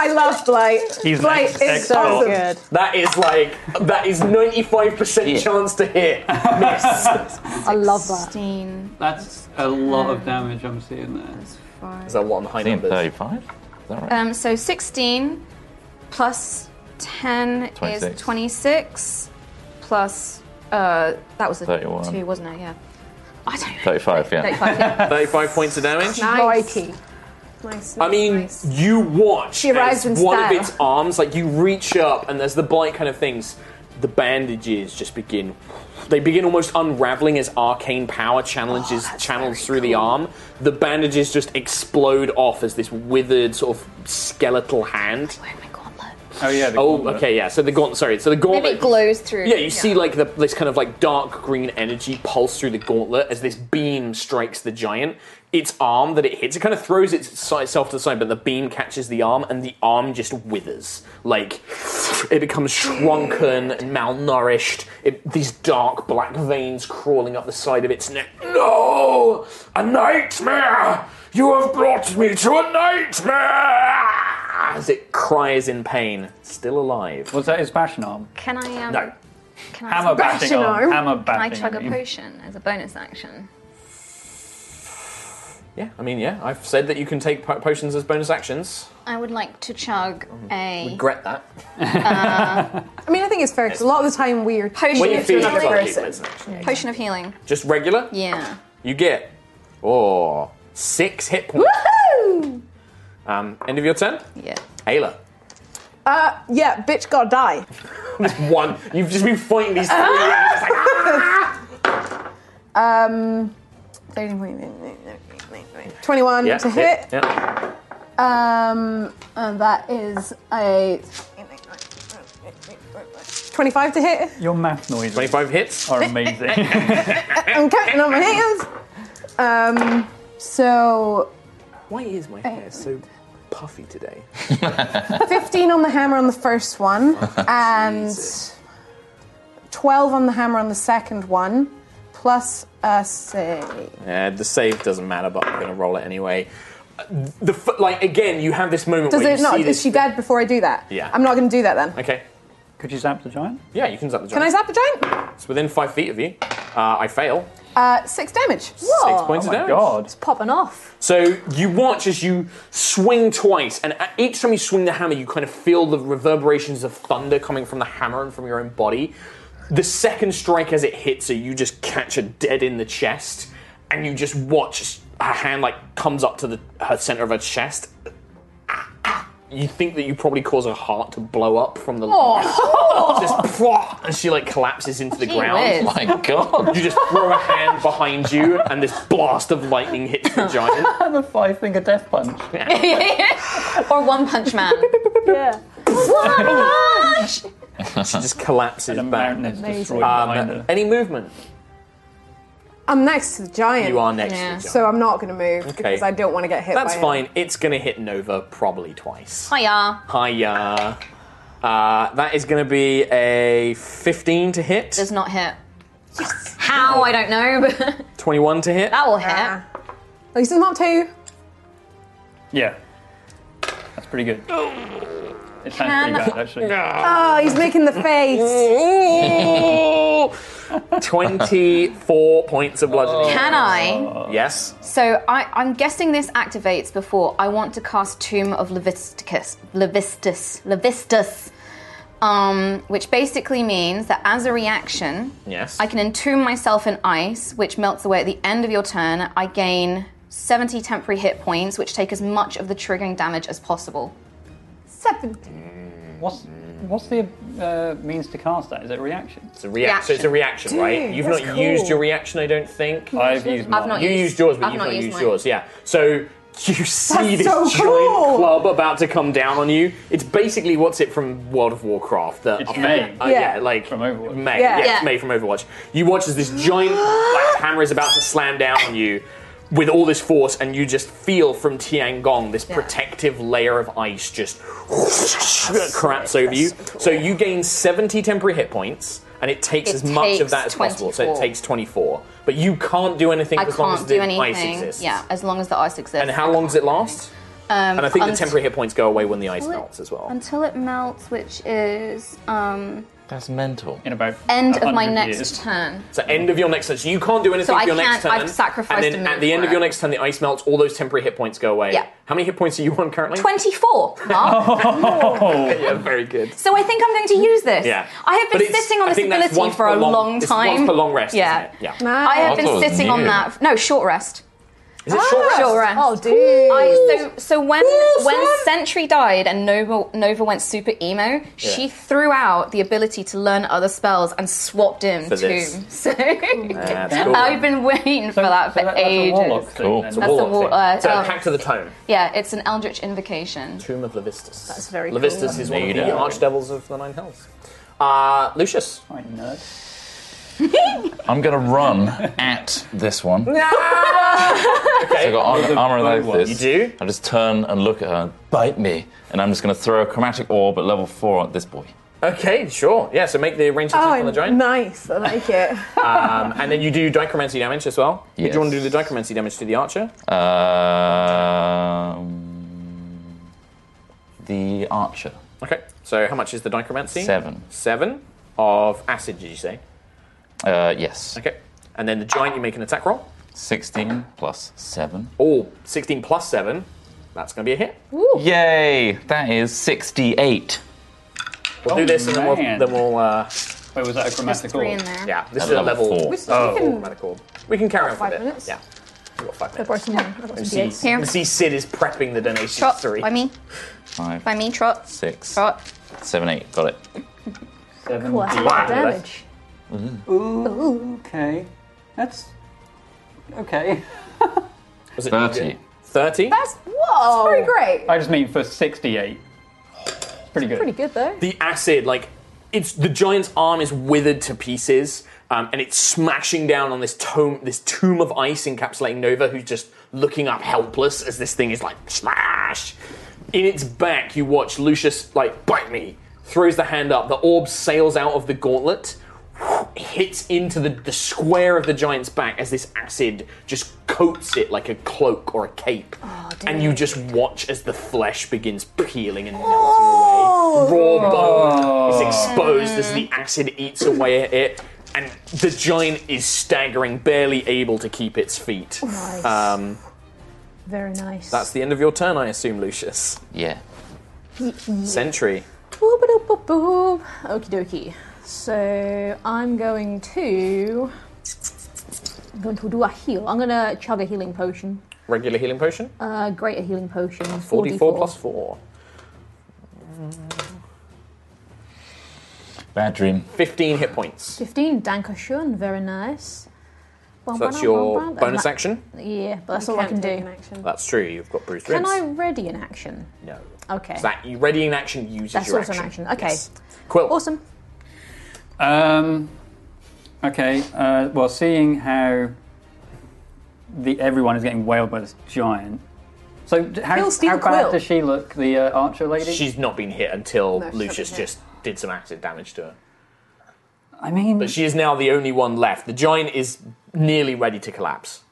Speaker 12: I love Blight. Blight is so good.
Speaker 10: That is like that is ninety five percent chance to hit. Miss.
Speaker 14: I love that.
Speaker 17: That's a lot of damage I'm seeing there.
Speaker 10: Is that what on the high
Speaker 17: numbers?
Speaker 13: Thirty-five. Is that right?
Speaker 9: Um, so 16 plus 10 is
Speaker 13: 26.
Speaker 9: 26
Speaker 12: Oh,
Speaker 9: plus uh, that was a
Speaker 13: 31.
Speaker 9: two, wasn't it? Yeah. I don't know.
Speaker 13: Thirty-five. Yeah.
Speaker 9: 35, yeah.
Speaker 10: Thirty-five points of damage.
Speaker 12: Blighty. Nice.
Speaker 10: I mean, you watch
Speaker 12: She arrives
Speaker 10: as
Speaker 12: in
Speaker 10: one
Speaker 12: style.
Speaker 10: of its arms, like you reach up, and there's the blight kind of things. The bandages just begin. They begin almost unraveling as arcane power
Speaker 12: Oh,
Speaker 10: challenges channels through the arm. The bandages just explode off as this withered sort of skeletal hand.
Speaker 17: Oh yeah.
Speaker 10: oh, okay, yeah. So the gauntlet. Sorry. So the gauntlet.
Speaker 9: Maybe it glows through.
Speaker 10: Yeah, you see like the, this kind of like dark green energy pulse through the gauntlet as this beam strikes the giant. Its arm that it hits, it kind of throws its, itself to the side, but the beam catches the arm, and the arm just withers. Like it becomes shrunken and malnourished. It, these dark black veins crawling up the side of its neck.
Speaker 16: No! A nightmare! You have brought me to a nightmare!
Speaker 10: As it cries in pain, still alive.
Speaker 17: Was that his passion arm?
Speaker 9: Can I? Um,
Speaker 10: No.
Speaker 9: Can I
Speaker 17: Hammer batting arm. Hammer
Speaker 9: Can I
Speaker 17: batting.
Speaker 9: chug
Speaker 17: I
Speaker 9: a
Speaker 17: mean.
Speaker 9: potion as a bonus action?
Speaker 10: Yeah, I mean, yeah, I've said that you can take po- potions as bonus actions.
Speaker 9: I would like to chug a.
Speaker 10: Regret that.
Speaker 12: I mean, I think it's fair because a lot of the time we are
Speaker 9: Potion
Speaker 10: When you
Speaker 12: it to
Speaker 10: feel
Speaker 12: another
Speaker 10: it's
Speaker 12: person.
Speaker 10: like-
Speaker 9: Potion of healing.
Speaker 10: Just regular?
Speaker 9: Yeah.
Speaker 10: You get oh six hit points.
Speaker 12: Woohoo!
Speaker 10: Um, end of your turn.
Speaker 9: Yeah.
Speaker 10: Ayla,
Speaker 12: Uh, yeah, bitch gotta die.
Speaker 10: one. You've just been fighting these three.
Speaker 12: Ah!
Speaker 10: rounds.
Speaker 12: Um, 21
Speaker 10: yeah,
Speaker 12: to hit.
Speaker 10: Yeah.
Speaker 12: Um, and that is a 25 to hit.
Speaker 17: Your math noises.
Speaker 10: Twenty-five hits
Speaker 17: are amazing.
Speaker 12: I'm counting on my hands. Um, so
Speaker 10: Why is my
Speaker 12: Oh.
Speaker 10: hair so puffy today?
Speaker 12: 15 on the hammer on the first one, and 12 on the hammer on the second one, plus a save.
Speaker 10: Uh, the save doesn't matter, but I'm going to roll it anyway. Uh, The f- like again, you have this moment
Speaker 12: Does
Speaker 10: where
Speaker 12: it
Speaker 10: you
Speaker 12: not?
Speaker 10: see
Speaker 12: Is
Speaker 10: this.
Speaker 12: she dead before I do that?
Speaker 10: Yeah.
Speaker 12: I'm not going to do that then.
Speaker 10: Okay.
Speaker 17: Could you zap the giant?
Speaker 10: Yeah, you can zap the
Speaker 12: Can
Speaker 10: giant.
Speaker 12: I zap the giant?
Speaker 10: It's within five feet of you. Uh, I fail.
Speaker 12: Uh, six damage.
Speaker 10: Six points of damage.
Speaker 12: It's popping off.
Speaker 10: So you watch as you swing twice, and at each time you swing the hammer, you kind of feel the reverberations of thunder coming from the hammer and from your own body. The second strike, as it hits her, you just catch her dead in the chest, and you just watch as her hand like comes up to the her center of her chest. You think that you probably cause her heart to blow up from the
Speaker 12: Oh.
Speaker 10: just pwah, and she like collapses into the
Speaker 13: Gee
Speaker 10: ground.
Speaker 13: whiz. Oh, My God.
Speaker 10: You just throw a hand behind you, and this blast of lightning hits the giant.
Speaker 17: the five finger death punch.
Speaker 9: or One Punch Man. yeah. One Punch!
Speaker 10: she just collapses back.
Speaker 12: destroyed behind
Speaker 10: Um, any movement?
Speaker 12: I'm next to the giant.
Speaker 10: You are next to the Yeah. giant.
Speaker 12: So I'm not going to move
Speaker 10: Okay.
Speaker 12: because I don't want to get hit.
Speaker 10: That's
Speaker 12: by
Speaker 10: fine. It's going to hit Nova probably twice.
Speaker 9: Hiya.
Speaker 10: Hiya. Uh, that is going to be a 15 to hit,
Speaker 9: Does not hit. Yes. How? I don't know, but
Speaker 10: 21 to hit.
Speaker 9: that will hit.
Speaker 12: At least it's not two.
Speaker 17: Yeah. That's pretty good. It sounds
Speaker 12: Can-
Speaker 17: pretty bad actually.
Speaker 12: Oh, he's making the face.
Speaker 10: 24 points of bludgeoning.
Speaker 9: Can I?
Speaker 10: Yes.
Speaker 9: So I, I'm guessing this activates before. I want to cast Tomb of Leviticus, Levistus, Levistus, um, which basically means that as a reaction,
Speaker 10: Yes.
Speaker 9: I can entomb myself in ice, which melts away at the end of your turn. I gain 70 temporary hit points, which take as much of the triggering damage as possible.
Speaker 17: What's what's the uh, means to cast that? Is it a reaction?
Speaker 10: It's a reaction. So it's a reaction, right? You've not used your reaction, I don't think.
Speaker 17: I've used
Speaker 9: I've mine. not
Speaker 10: you
Speaker 9: used-
Speaker 10: used yours, but
Speaker 9: I've
Speaker 10: you've
Speaker 9: not
Speaker 10: not
Speaker 9: used
Speaker 10: used
Speaker 9: mine.
Speaker 10: yours. Yeah. So You see
Speaker 12: That's
Speaker 10: this
Speaker 12: so
Speaker 10: giant
Speaker 12: cool.
Speaker 10: club about to come down on you. It's basically what's it from World of Warcraft. The,
Speaker 12: It's
Speaker 10: uh,
Speaker 12: May.
Speaker 10: uh,
Speaker 12: Yeah.
Speaker 10: yeah. like from Overwatch. May. Yeah,
Speaker 12: Yeah.
Speaker 10: it's
Speaker 12: Yeah.
Speaker 10: May from Overwatch. You watch as this giant black hammer is about to slam down on you with all this force, and you just feel from Tiangong this protective layer of ice just craps over you. So you gain 70 temporary hit points, and it takes
Speaker 9: It
Speaker 10: as much
Speaker 9: takes
Speaker 10: of that as possible. So it
Speaker 9: 24.
Speaker 10: takes 24. But you can't do anything
Speaker 9: I
Speaker 10: as long as
Speaker 9: can't
Speaker 10: the
Speaker 9: do
Speaker 10: ice
Speaker 9: anything.
Speaker 10: exists.
Speaker 9: Yeah, as long as the ice exists.
Speaker 10: And how long does it last?
Speaker 9: Um,
Speaker 10: and I think the
Speaker 9: unt-
Speaker 10: temporary hit points go away when the ice
Speaker 9: Until it-
Speaker 10: melts as well.
Speaker 9: Until it melts, which is um,
Speaker 10: That's mental. In about
Speaker 9: end of my next turn.
Speaker 10: So end of your next turn. So you can't do anything
Speaker 9: So
Speaker 10: for
Speaker 9: I
Speaker 10: your next
Speaker 9: can't-
Speaker 10: turn.
Speaker 9: I've
Speaker 10: And
Speaker 9: sacrificed a
Speaker 10: then
Speaker 9: minute
Speaker 10: at the end
Speaker 9: for
Speaker 10: of your
Speaker 9: it.
Speaker 10: next turn, the ice melts. All those temporary hit points go away.
Speaker 9: Yeah.
Speaker 10: How many hit points are you on currently?
Speaker 9: 24, Mark.
Speaker 10: Oh. yeah, very good.
Speaker 9: So I think I'm going to use this.
Speaker 10: Yeah.
Speaker 9: I have been
Speaker 10: But it's-
Speaker 9: sitting on
Speaker 10: I
Speaker 9: this
Speaker 10: think that's
Speaker 9: ability
Speaker 10: once
Speaker 9: for
Speaker 10: per
Speaker 9: a
Speaker 10: long-
Speaker 9: long
Speaker 10: it's
Speaker 9: time.
Speaker 10: once per long rest,
Speaker 9: Yeah.
Speaker 10: isn't it? Yeah.
Speaker 9: I
Speaker 10: I
Speaker 9: have
Speaker 10: thought it
Speaker 9: been
Speaker 10: was
Speaker 9: sitting on
Speaker 10: new.
Speaker 9: that. No, short rest.
Speaker 10: Is it short rest?
Speaker 9: Oh, dude. I, so, so when when Sentry died and Nova Nova went super emo, she threw out the ability to learn other spells and swapped in
Speaker 10: For
Speaker 9: to.
Speaker 10: this.
Speaker 9: So
Speaker 10: That's cool.
Speaker 9: I've been waiting for that for ages.
Speaker 10: Cool.
Speaker 9: That's a warlock, uh,
Speaker 10: so
Speaker 9: um,
Speaker 10: back to the tome.
Speaker 9: Yeah, it's an Eldritch invocation.
Speaker 10: Tomb of Levistus. That's
Speaker 9: very
Speaker 10: Levistus
Speaker 9: cool.
Speaker 10: is one of the
Speaker 9: Nader.
Speaker 10: archdevils of the Nine Hells. Uh, Lucius.
Speaker 17: I nerd.
Speaker 13: I'm going to run at this one. So I got
Speaker 10: With
Speaker 13: armor,
Speaker 10: the
Speaker 13: armor
Speaker 10: blue
Speaker 13: like
Speaker 10: one.
Speaker 13: this.
Speaker 10: You do?
Speaker 13: I just turn and look at her, and bite me, and I'm just going to throw a chromatic orb at level four at this boy.
Speaker 10: Okay, sure. Yeah, so make the ranged attack on the
Speaker 12: Oh,
Speaker 10: giant.
Speaker 12: nice. I like it.
Speaker 10: Um, and then you do dichromancy damage as well. Do
Speaker 13: Yes.
Speaker 10: you want to do the dichromancy damage to the archer?
Speaker 13: Um, the archer.
Speaker 10: Okay. So how much is the dichromancy?
Speaker 13: Seven.
Speaker 10: Seven of acid, did you say?
Speaker 13: Uh, yes.
Speaker 10: Okay. And then the giant, you make an attack roll.
Speaker 13: 16 plus seven.
Speaker 10: Oh, 16 plus seven. That's going to be a hit.
Speaker 13: Yay! That is 68.
Speaker 10: We'll do this and then we'll.
Speaker 13: man.
Speaker 10: Then we'll uh,
Speaker 17: Wait, was that a chromatic
Speaker 10: orb?
Speaker 17: three in there.
Speaker 10: Yeah, this
Speaker 13: At
Speaker 10: is a level
Speaker 13: level four.
Speaker 10: four.
Speaker 13: We
Speaker 12: still can-
Speaker 10: chromatic orb. We can carry on for a
Speaker 12: Five
Speaker 10: bit.
Speaker 12: minutes?
Speaker 10: Yeah. We've got five
Speaker 12: I
Speaker 10: minutes.
Speaker 12: brought some, I brought some
Speaker 10: And see,
Speaker 12: DX.
Speaker 10: and see Sid is prepping the donation
Speaker 9: Trot
Speaker 10: three.
Speaker 9: by me.
Speaker 13: Five,
Speaker 9: By me, trot.
Speaker 13: six,
Speaker 9: Trot.
Speaker 13: seven, eight. Got it.
Speaker 17: Seven
Speaker 12: Cool, that's a lot of damage.
Speaker 13: Mm.
Speaker 17: Ooh, okay. That's okay.
Speaker 10: Was it
Speaker 13: 30.
Speaker 10: 30?
Speaker 12: That's whoa. That's pretty great.
Speaker 17: I just mean for 68. It's pretty good.
Speaker 12: Pretty good though.
Speaker 10: the acid like it's the giant's arm is withered to pieces um, and it's smashing down on this tome this tomb of ice encapsulating nova who's just looking up helpless as this thing is like smash in its back you watch lucius like bite me throws the hand up the orb sails out of the gauntlet hits into the, the square of the giant's back as this acid just coats it like a cloak or a cape
Speaker 14: Oh,
Speaker 10: and you just watch as the flesh begins peeling and
Speaker 14: Oh.
Speaker 10: raw bone is exposed as the acid eats away at it, and the giant is staggering, barely able to keep its feet.
Speaker 14: Nice.
Speaker 10: Um,
Speaker 14: Very nice.
Speaker 10: that's the end of your turn, I assume, Lucius.
Speaker 13: Yeah.
Speaker 10: Sentry.
Speaker 14: Boop, boop, boop, boop. Okie dokie. So I'm going to. I'm going to do a heal. I'm going to chug a healing potion.
Speaker 10: Regular healing potion.
Speaker 14: Uh, greater healing potion.
Speaker 10: 44 plus 4.
Speaker 13: Bad dream.
Speaker 10: 15 hit points.
Speaker 14: 15. Dankeschön. Very nice. Oh,
Speaker 10: So that's your bonus action.
Speaker 14: Yeah, but that's all I can do.
Speaker 10: That's true, you've got bruised
Speaker 14: Can
Speaker 10: ribs.
Speaker 14: I ready an action?
Speaker 10: No.
Speaker 14: Okay.
Speaker 10: So that you readying action uses
Speaker 14: That's
Speaker 10: your
Speaker 14: also an
Speaker 10: action.
Speaker 14: action. Okay.
Speaker 10: Quill.
Speaker 14: Awesome.
Speaker 17: Um, okay. Uh, well, seeing how the everyone is getting wailed by this giant. So d- how,
Speaker 10: He'll steal
Speaker 17: how bad
Speaker 10: Quill.
Speaker 17: does she look, the uh, archer lady?
Speaker 10: She's not been hit until
Speaker 17: No, she's not
Speaker 10: Lucius
Speaker 17: been hit.
Speaker 10: just did some acid damage to her.
Speaker 17: I mean,
Speaker 10: But she is now the only one left. The giant is nearly ready to collapse.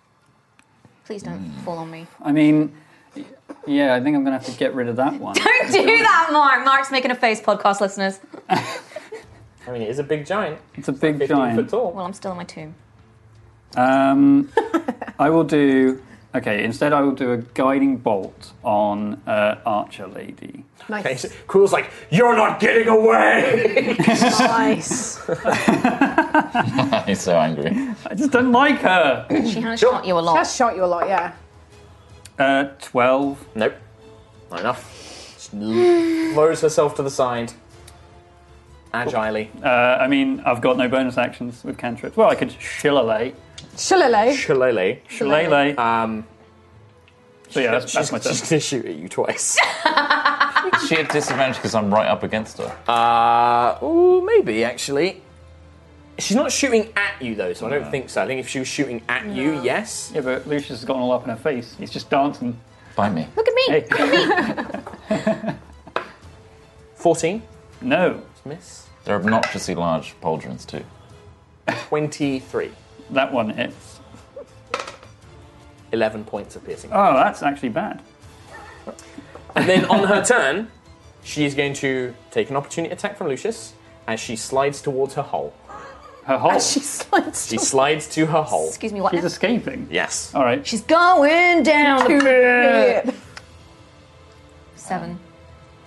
Speaker 9: Please don't fall on me.
Speaker 17: I mean, y- yeah. I think I'm gonna have to get rid of that one.
Speaker 9: Don't do that, Mark. Mark's making a face, podcast listeners.
Speaker 10: I mean, it is a big giant.
Speaker 17: It's a big
Speaker 10: 15
Speaker 17: giant.
Speaker 10: foot tall.
Speaker 9: Well, I'm still in my tomb.
Speaker 17: Um, I will do. Okay, instead I will do a guiding bolt on uh, Archer Lady.
Speaker 12: Nice.
Speaker 10: Okay, so Quill's like, You're not getting away!
Speaker 12: nice.
Speaker 13: He's so angry.
Speaker 17: I just don't like her.
Speaker 9: She has shot you a
Speaker 12: She
Speaker 9: lot.
Speaker 12: has shot you a lot, yeah.
Speaker 17: Uh, 12.
Speaker 10: Nope. Not enough. Just lowers herself to the side. Agilely.
Speaker 17: Uh, I mean, I've got no bonus actions with cantrips. Well, I could shillelagh.
Speaker 12: Shillelagh.
Speaker 10: Shillelagh.
Speaker 17: Shillelagh.
Speaker 10: Um,
Speaker 17: So yeah, that's, that's my turn.
Speaker 10: She's gonna shoot at you twice.
Speaker 13: Is she at disadvantage because I'm right up against her?
Speaker 10: Uh, ooh, maybe actually. She's not shooting at you though, so I don't think so. I think if she was shooting at you, yes.
Speaker 17: Yeah, but Lucius has gotten all up in her face. He's just dancing.
Speaker 13: By me.
Speaker 9: Look at me.
Speaker 17: Hey.
Speaker 9: Look at me.
Speaker 10: 14?
Speaker 17: No.
Speaker 10: Miss?
Speaker 13: They're obnoxiously large pauldrons too.
Speaker 10: 23.
Speaker 17: That one hits.
Speaker 10: 11 points of piercing.
Speaker 17: Oh, that's actually bad.
Speaker 10: And then on her turn, she is going to take an opportunity attack from Lucius as she slides towards her hole.
Speaker 17: Her hole?
Speaker 10: she slides. She slides to her hole.
Speaker 9: Excuse me, what
Speaker 17: She's
Speaker 9: now?
Speaker 17: escaping.
Speaker 10: Yes.
Speaker 17: Oh. All right.
Speaker 9: She's going down.
Speaker 10: To it.
Speaker 9: Seven.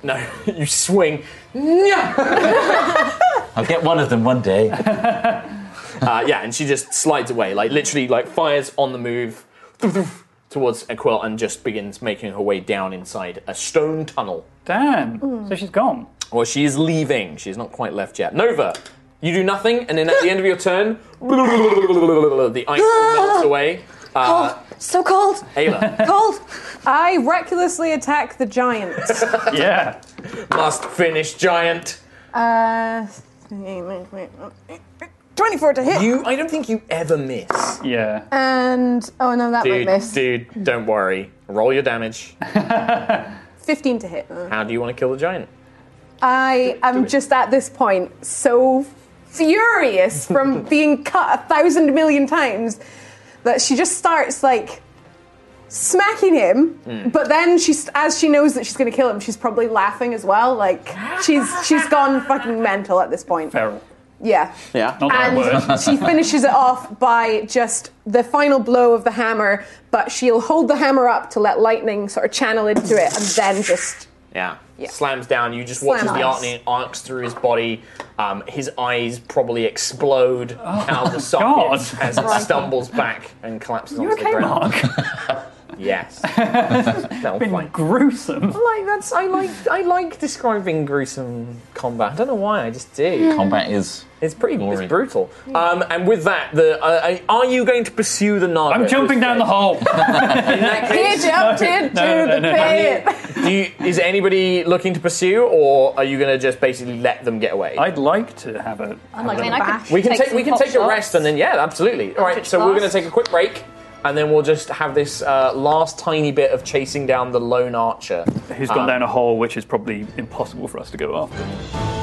Speaker 10: No, you swing. Yeah.
Speaker 13: I'll get one of them one day.
Speaker 10: uh, yeah, and she just slides away, like literally, like fires on the move towards Aquil and just begins making her way down inside a stone tunnel.
Speaker 17: Damn. So she's gone.
Speaker 10: Well, she is leaving. She's not quite left yet. Nova, you do nothing, and then at the end of your turn, the ice melts away. Uh,
Speaker 12: So cold.
Speaker 10: Ayla.
Speaker 12: cold. I recklessly attack the giant.
Speaker 17: yeah.
Speaker 10: Must finish, giant.
Speaker 12: uh, twenty-four to hit.
Speaker 10: You, I don't think you ever miss.
Speaker 17: Yeah.
Speaker 12: And oh no, that
Speaker 10: Dude,
Speaker 12: might miss.
Speaker 10: dude, don't worry. Roll your damage.
Speaker 12: Fifteen to hit. Uh,
Speaker 10: How do you want to kill the giant?
Speaker 12: I am just at this point so furious from being cut a thousand million times that she just starts like smacking him
Speaker 10: Mm.
Speaker 12: but then she's as she knows that she's going to kill him she's probably laughing as well like she's she's gone fucking mental at this point
Speaker 17: Feral.
Speaker 12: yeah
Speaker 10: Yeah.
Speaker 12: and she finishes it off by just the final blow of the hammer but she'll hold the hammer up to let lightning sort of channel into it and then just
Speaker 10: Yeah. Slams down. You just watch as
Speaker 12: Slam
Speaker 10: the
Speaker 12: ice.
Speaker 10: lightning arcs through his body. Um, his eyes probably explode out of the
Speaker 17: Oh, God.
Speaker 10: socket as it stumbles back and collapses onto the ground. Yes. That'll
Speaker 17: Been
Speaker 10: fine.
Speaker 17: gruesome.
Speaker 10: I like that's I like I like describing gruesome combat. I don't know why I just do.
Speaker 17: Mm.
Speaker 13: Combat is.
Speaker 10: It's pretty it's brutal. Um, and with that, the uh, are you going to pursue the Naga?
Speaker 17: I'm jumping down the hole.
Speaker 12: he jumped into
Speaker 10: no, no,
Speaker 12: the
Speaker 10: no, no.
Speaker 12: pit
Speaker 10: Do you, is anybody looking to pursue, or are you going to just basically let them get away?
Speaker 17: I'd like to have a.
Speaker 15: I'm like, I mean, I could
Speaker 10: We can take,
Speaker 15: some
Speaker 10: we can
Speaker 15: pot
Speaker 10: take a
Speaker 15: shots.
Speaker 10: rest and then yeah, absolutely. All right,
Speaker 15: Pitch
Speaker 10: so we're going to
Speaker 15: fast.
Speaker 10: take a quick break, and then we'll just have this uh, last tiny bit of chasing down the lone archer
Speaker 17: Who's gone
Speaker 10: Um,
Speaker 17: down a hole which is probably impossible for us to go after.